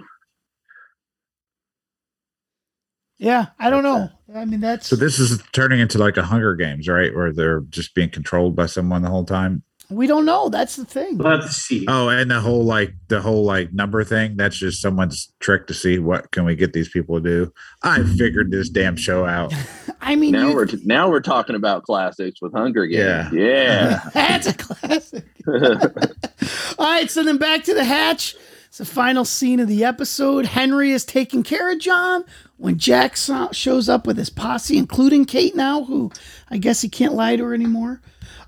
S9: Yeah, I don't know. I mean, that's
S11: So this is turning into like a Hunger Games, right? Where they're just being controlled by someone the whole time.
S9: We don't know. That's the thing.
S8: Let's see.
S10: Uh,
S11: Oh, and the whole like the whole like number thing. That's just someone's trick to see what can we get these people to do. I figured this damn show out.
S9: I mean,
S3: now
S9: you-
S3: we're now we're talking about classics with Hunger Games.
S11: Yeah.
S3: Yeah,
S9: That's a classic. All right, so then back to the hatch. It's the final scene of the episode. Henry is taking care of John when Jack so- shows up with his posse, including Kate now, who I guess he can't lie to her anymore.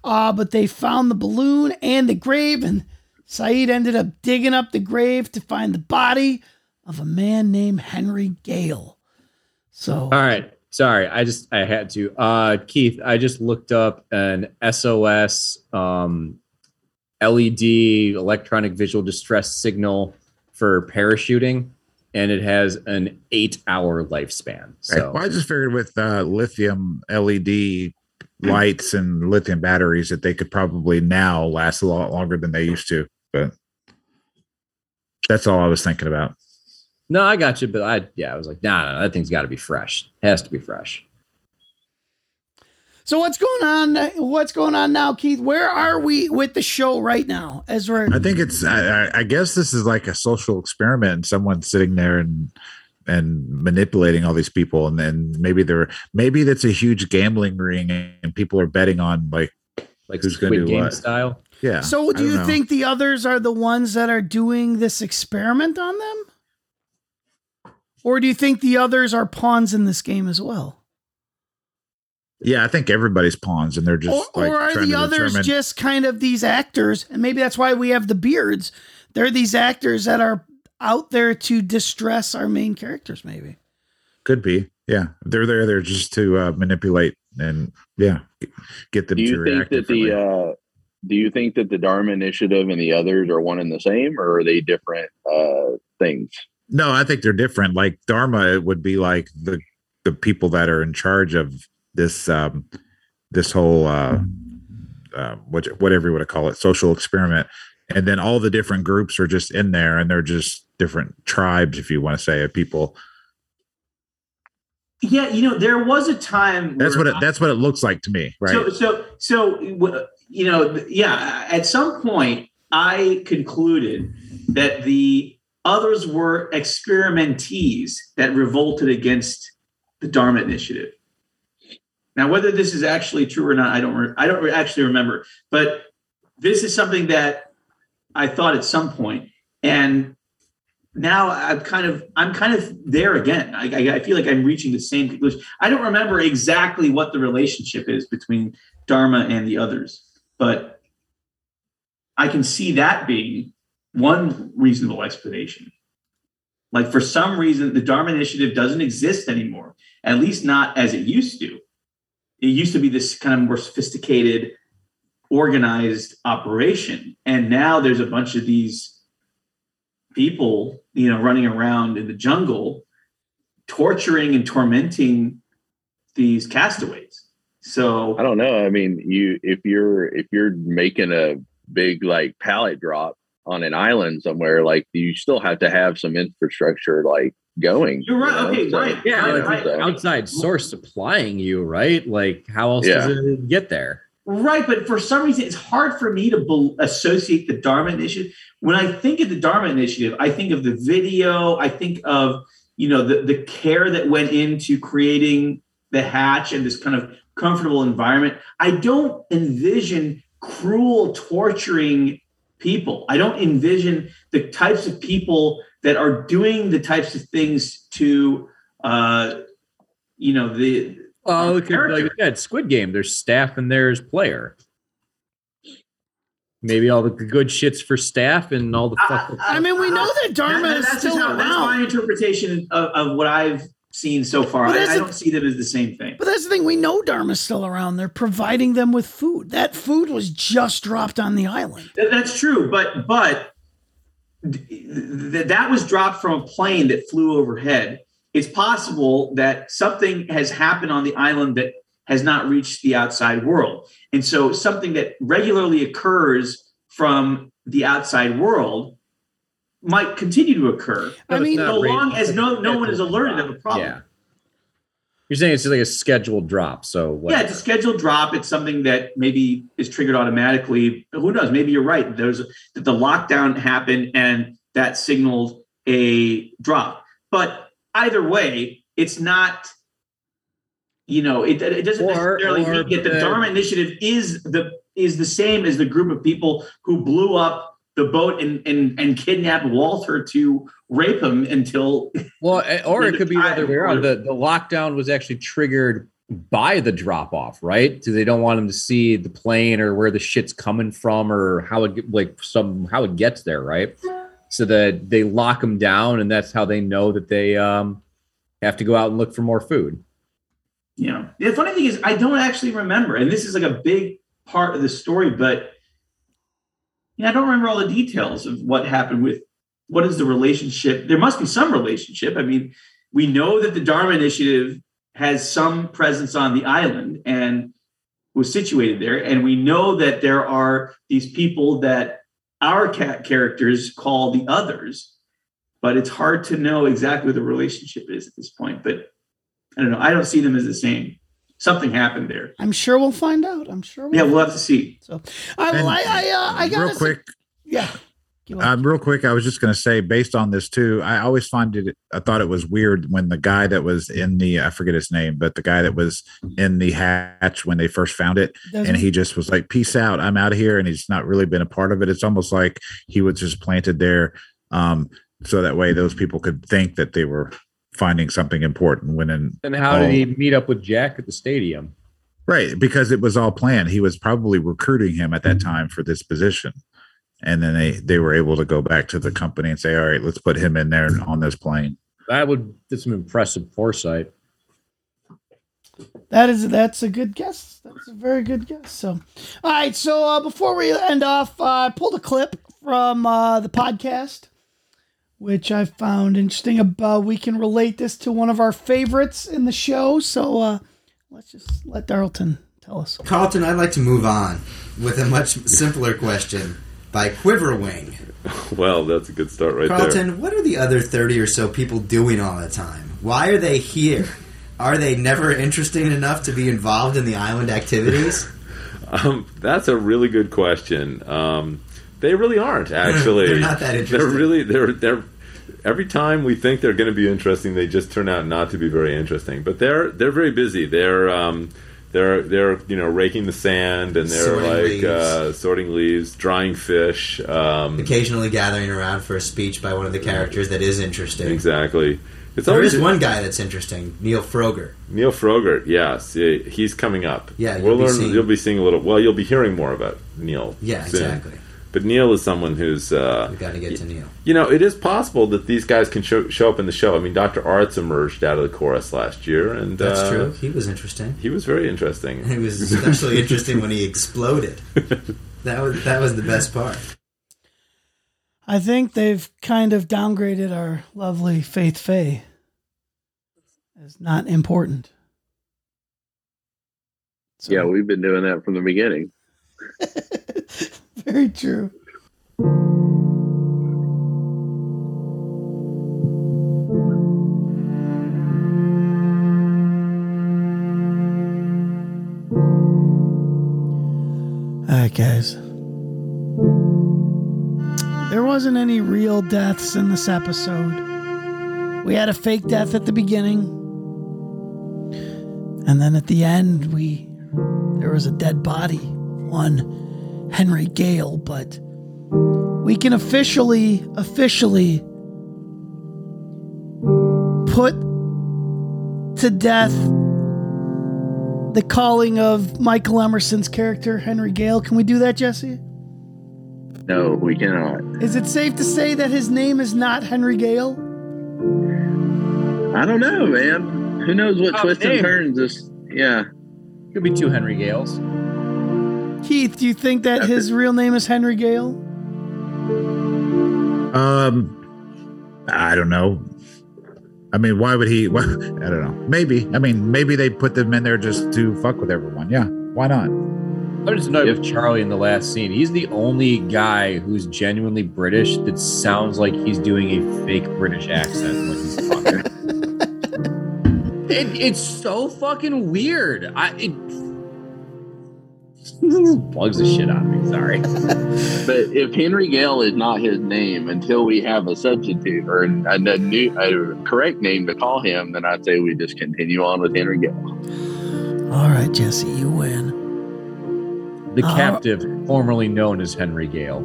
S9: Uh, but they found the balloon and the grave, and Saeed ended up digging up the grave to find the body of a man named Henry Gale. So,
S12: All right. Sorry, I just I had to. Uh Keith, I just looked up an SOS um LED electronic visual distress signal for parachuting and it has an 8-hour lifespan. So
S11: Well, I just figured with uh, lithium LED lights and lithium batteries that they could probably now last a lot longer than they used to. But that's all I was thinking about.
S12: No, I got you, but I yeah, I was like, nah, nah that thing's got to be fresh. Has to be fresh.
S9: so what's going on? uh, What's going on now, Keith? Where are we with the show right now? As we're
S11: I think it's. I, I- I guess this is like a social experiment, and someone's sitting there and and manipulating all these people, and then maybe they're maybe that's a huge gambling ring, and people are betting on like
S12: like
S11: who's going to
S12: Squid
S11: do
S12: Game
S11: what.
S12: style.
S11: Yeah.
S9: So,
S11: I
S9: do you
S11: don't know.
S9: think the others are the ones that are doing this experiment on them? Or do you think the others are pawns in this game as well?
S11: Yeah, I think everybody's pawns, and they're just
S9: Or,
S11: like
S9: or are
S11: trying
S9: the
S11: to
S9: others
S11: determine-
S9: just kind of these actors? And maybe that's why we have the beards. They're these actors that are out there to distress our main characters, maybe.
S11: Could be. Yeah. They're there. They're just to uh, manipulate and yeah, get them
S3: do
S11: to
S3: you think
S11: react.
S3: that the
S11: differently.
S3: uh, do you think that the Dharma Initiative and the others are one and the same, or are they different uh, things?
S11: no, I think they're different. Like Dharma would be like the the people that are in charge of this um this whole uh, uh what whatever you want to call it social experiment, and then all the different groups are just in there, and they're just different tribes, if you want to say, of people.
S8: Yeah, you know, there was a time.
S11: That's
S8: where
S11: what it, that's what it looks like to me, right?
S8: So, so, so, w- you know, th- yeah. At some point, I concluded that the others were experimentees that revolted against the Dharma Initiative. Now, whether this is actually true or not, I don't. Re- I don't re- actually remember. But this is something that I thought at some point, and now I'm kind of I'm kind of there again. I, I, I feel like I'm reaching the same conclusion. I don't remember exactly what the relationship is between Dharma and the others, but I can see that being one reasonable explanation. Like for some reason, the Dharma Initiative doesn't exist anymore, at least not as it used to. It used to be this kind of more sophisticated, organized operation, and now there's a bunch of these people, you know, running around in the jungle, torturing and tormenting these castaways. So
S3: I don't know. I mean, you if you're if you're making a big like pallet drop on an island somewhere, like you still have to have some infrastructure like going.
S8: You're right.
S3: you know?
S8: Okay,
S3: So,
S8: right.
S12: Yeah,
S3: you
S12: like,
S3: know,
S12: like,
S3: so-
S12: outside source supplying you, right? Like how else
S3: Yeah.
S12: does it get there?
S8: Right, but for some reason, it's hard for me to bel associate the Dharma Initiative. When I think of the Dharma Initiative, I think of the video. I think of you know the the care that went into creating the hatch and this kind of comfortable environment. I don't envision cruel, torturing people. I don't envision the types of people that are doing the types of things to uh, you know the
S12: Oh, it could, like you said, Squid Game. There's staff and there's player. Maybe all the good shits for staff and all the fuck.
S9: I mean, we know that Dharma
S8: That-
S9: is
S8: that's
S9: still
S8: just how- That's my
S9: around.
S8: interpretation of, of what I've seen so far.
S9: But
S8: I,
S9: that's
S8: I
S9: the-
S8: don't see them as the same thing.
S9: But that's the thing, we know Dharma's still around. They're providing them with food. That food was just dropped on the island.
S8: Th- That's true, but but th- that was dropped from a plane that flew overhead. It's possible that something has happened on the island that has not reached the outside world, and so something that regularly occurs from the outside world might continue to occur.
S12: I mean-
S8: so long as no no one is alerted of a problem.
S12: Yeah.
S10: You're saying it's just like a scheduled drop. So
S8: Yeah,
S10: whatever.
S8: it's a scheduled drop. It's something that maybe is triggered automatically. Who knows? Maybe you're right. There's that the lockdown happened and that signaled a drop. But either way, it's not. You know, it, it doesn't necessarily
S10: or
S8: mean that the
S10: the-
S8: Dharma Initiative is the is the same as the group of people who blew up the boat and and, and kidnapped Walter to rape him until.
S10: Well, eh, or it could be the other way around. The, the lockdown was actually triggered by the drop off, right? So they don't want them to see the plane or where the shit's coming from or how it get- like some how it gets there, right? So that they lock them down, and that's how they know that they um, have to go out and look for more food.
S8: you know the funny thing is i don't actually remember and this is like a big part of the story but you know, i don't remember all the details of what happened with what is the relationship there must be some relationship i mean we know that the dharma initiative has some presence on the island and was situated there and we know that there are these people that our cat characters call the others but it's hard to know exactly what the relationship is at this point but I don't know. I don't see them as the same. Something happened there.
S9: I'm sure we'll find out. I'm sure. We'll
S8: Yeah, we'll have to see.
S9: So, I,
S11: And
S9: I, I, uh, I got
S11: real quick.
S9: Yeah.
S11: Um, real quick, I was just going to say, based on this too, I always find it. I thought it was weird when the guy that was in the I forget his name, but the guy that was in the hatch when they first found it, and
S9: Desmond?
S11: he just was like, "Peace out, I'm out of here," and he's not really been a part of it. It's almost like he was just planted there, um, so that way those people could think that they were finding something important. When in
S10: And how
S11: Oh.
S10: did he meet up with Jack at the stadium?
S11: Right, because it was all planned. He was probably recruiting him at that time for this position. And then they they were able to go back to the company and say, "All right, let's put him in there on this plane."
S10: That would that's some impressive foresight.
S9: That is that's a good guess. That's a very good guess. So, all right. So uh, before we end off, uh, I pulled a clip from uh, the podcast, which I found interesting. About we can relate this to one of our favorites in the show. So uh, let's just let Darlton tell us.
S14: Carlton, I'd like to move on with a much simpler question by Quiverwing.
S15: Well, that's a good start right
S14: Carlton,
S15: there.
S14: what are the other 30 or so people doing all the time? Why are they here? Are they never interesting enough to be involved in the island activities?
S15: Um, that's a really good question. Um, they really aren't actually.
S14: They're not that interesting.
S15: They're really they're they're. Every time we think they're going to be interesting, they just turn out not to be very interesting. But they're they're very busy. They're um, they're they're you know raking the sand and they're
S14: Sorting
S15: like
S14: leaves.
S15: Uh, sorting leaves, drying fish. Um,
S14: Occasionally gathering around for a speech by one of the characters that is interesting.
S15: Exactly. It's
S14: There
S15: always
S14: is one guy that's interesting, Neil Froger.
S15: Neil Frogert, yes, eh, he's coming up.
S14: Yeah,
S15: we'll
S14: you'll be
S15: learn.
S14: seeing-
S15: You'll be seeing a little. Well, you'll be hearing more about Neil.
S14: Yeah,
S15: soon.
S14: exactly.
S15: But Neil is someone who's. Uh, we
S14: got to get to Neil.
S15: You know, it is possible that these guys can show, show up in the show. I mean, Doctor Arts emerged out of the chorus last year, and
S14: That's
S15: uh,
S14: true. He was interesting.
S15: He was very interesting.
S14: It was especially interesting when he exploded. That was that was the best part.
S9: I think they've kind of downgraded our lovely Faith Faye as not important.
S3: yeah, we've been doing that from the beginning.
S9: Very true. All right, guys. There wasn't any real deaths in this episode. We had a fake death at the beginning. And then at the end, we there was a dead body, one Henry Gale, but we can officially officially put to death the calling of Michael Emerson's character Henry Gale. Can we do that, Jesse?
S3: No, we cannot.
S9: Is it safe to say that his name is not Henry Gale?
S3: I don't know, man. Who knows what
S9: Oh,
S3: twists
S9: damn.
S3: and turns this? Yeah,
S10: could be two Henry Gales.
S9: Keith, do you think that his real name is Henry Gale?
S11: Um, I don't know. I mean, why would he? Why, I don't know. Maybe. I mean, maybe they put them in there just to fuck with everyone. Yeah. Why not?
S10: I'm just annoyed with Charlie in the last scene. He's the only guy who's genuinely British that sounds like he's doing a fake British accent. Like he's talking.
S12: It, it's so fucking weird. I it bugs the shit out of me. Sorry.
S3: but if Henry Gale is not his name until we have a substitute or an- a, a new, a correct name to call him, then I'd say we just continue on with Henry Gale.
S9: All right, Jesse, you win.
S10: The
S9: Uh,
S10: captive, formerly known as Henry Gale.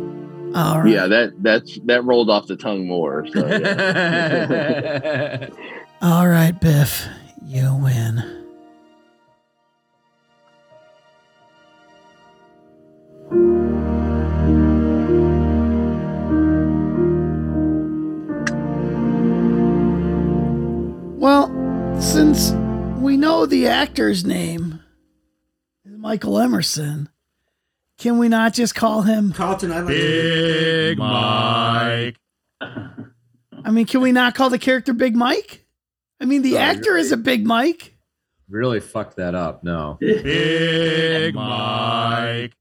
S9: All
S3: Yeah, that that's that rolled off the tongue more. So, yeah.
S9: All right, Biff, you win. Well, since we know the actor's name is Michael Emerson, can we not just call him
S14: Carlton? I
S9: Big
S10: Mike.
S9: I mean, can we not call the character Big Mike? I mean, the
S10: Oh,
S9: actor is a Big Mike.
S10: Really fucked that up. No.
S9: Big
S10: Mike.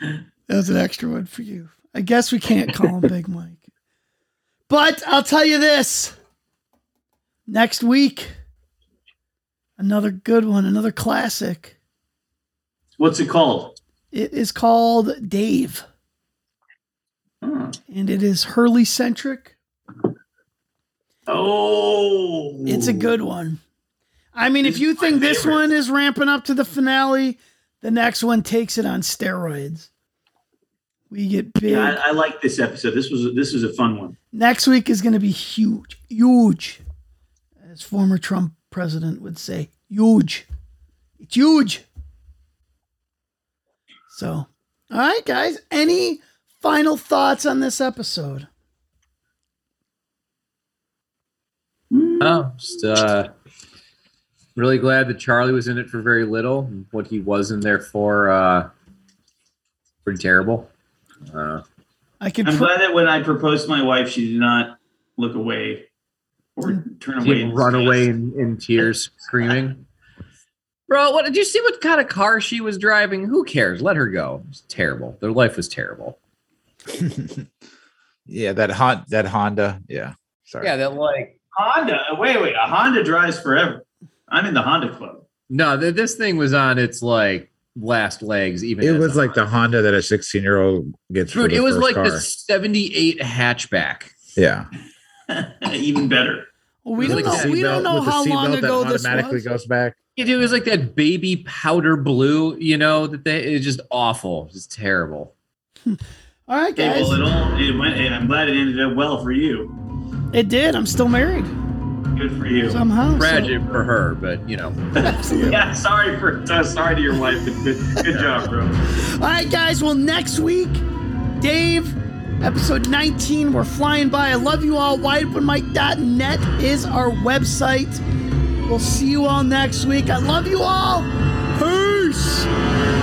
S9: That was an extra one for you. I guess we can't call him Big Mike. But I'll tell you this next week, another good one, another classic.
S8: What's it called?
S9: It is called Dave.
S8: Hmm.
S9: And it is Hurley centric.
S8: Oh.
S9: It's a good one. I mean, if you think this one is ramping up to the finale, the next one takes it on steroids. We get big.
S8: Yeah, I, I like this episode. This was this was a fun one.
S9: Next week is going to be huge, huge, as former Trump president would say, huge. It's huge. So, all right, guys, any final thoughts on this episode?
S10: Oh, just uh, really glad that Charlie was in it for very little. and What he was in there for, uh, pretty terrible. Uh,
S9: I can.
S8: I'm glad that when I proposed to my wife, she did not look away or turn away.
S10: he run away in, in tears, screaming. Bro, what did you see? What kind of car she was driving? Who cares? Let her go. It's terrible. Their life was terrible.
S11: Yeah, that Hon- that Honda. Yeah. Sorry.
S10: Yeah, that like
S8: Honda. Wait, wait. A Honda drives forever. I'm in the Honda club.
S10: No, th- this thing was on its like last legs. Even
S11: It
S10: as
S11: was
S10: a-
S11: like the Honda that a 16 year old gets. for
S10: dude,
S11: the
S10: it was
S11: first
S10: like the
S11: car.
S10: '78 hatchback.
S11: Yeah.
S8: Even better.
S9: Well, we
S10: It was
S9: don't
S10: like
S9: know.
S10: the
S9: We
S10: seatbelt
S9: don't know
S10: with the
S9: how long
S10: seatbelt that
S9: ago this
S10: automatically
S9: was.
S11: goes back.
S10: Yeah, dude, it was like that baby powder blue. You know that they it's just awful, just terrible.
S9: All right,
S8: Okay,
S9: guys,
S8: well, it all it went. And I'm glad it ended up well for you.
S9: it did. I'm still married.
S8: Good for you.
S9: Somehow, so-
S10: Tragic for her, but you know.
S8: yeah. Sorry for uh, sorry to your wife. But good, good job, bro.
S9: All right, guys. Well, next week, Dave, episode 19, we're flying by. I love you all. WideOpenMic.net is our website. We'll see you all next week. I love you all. Peace.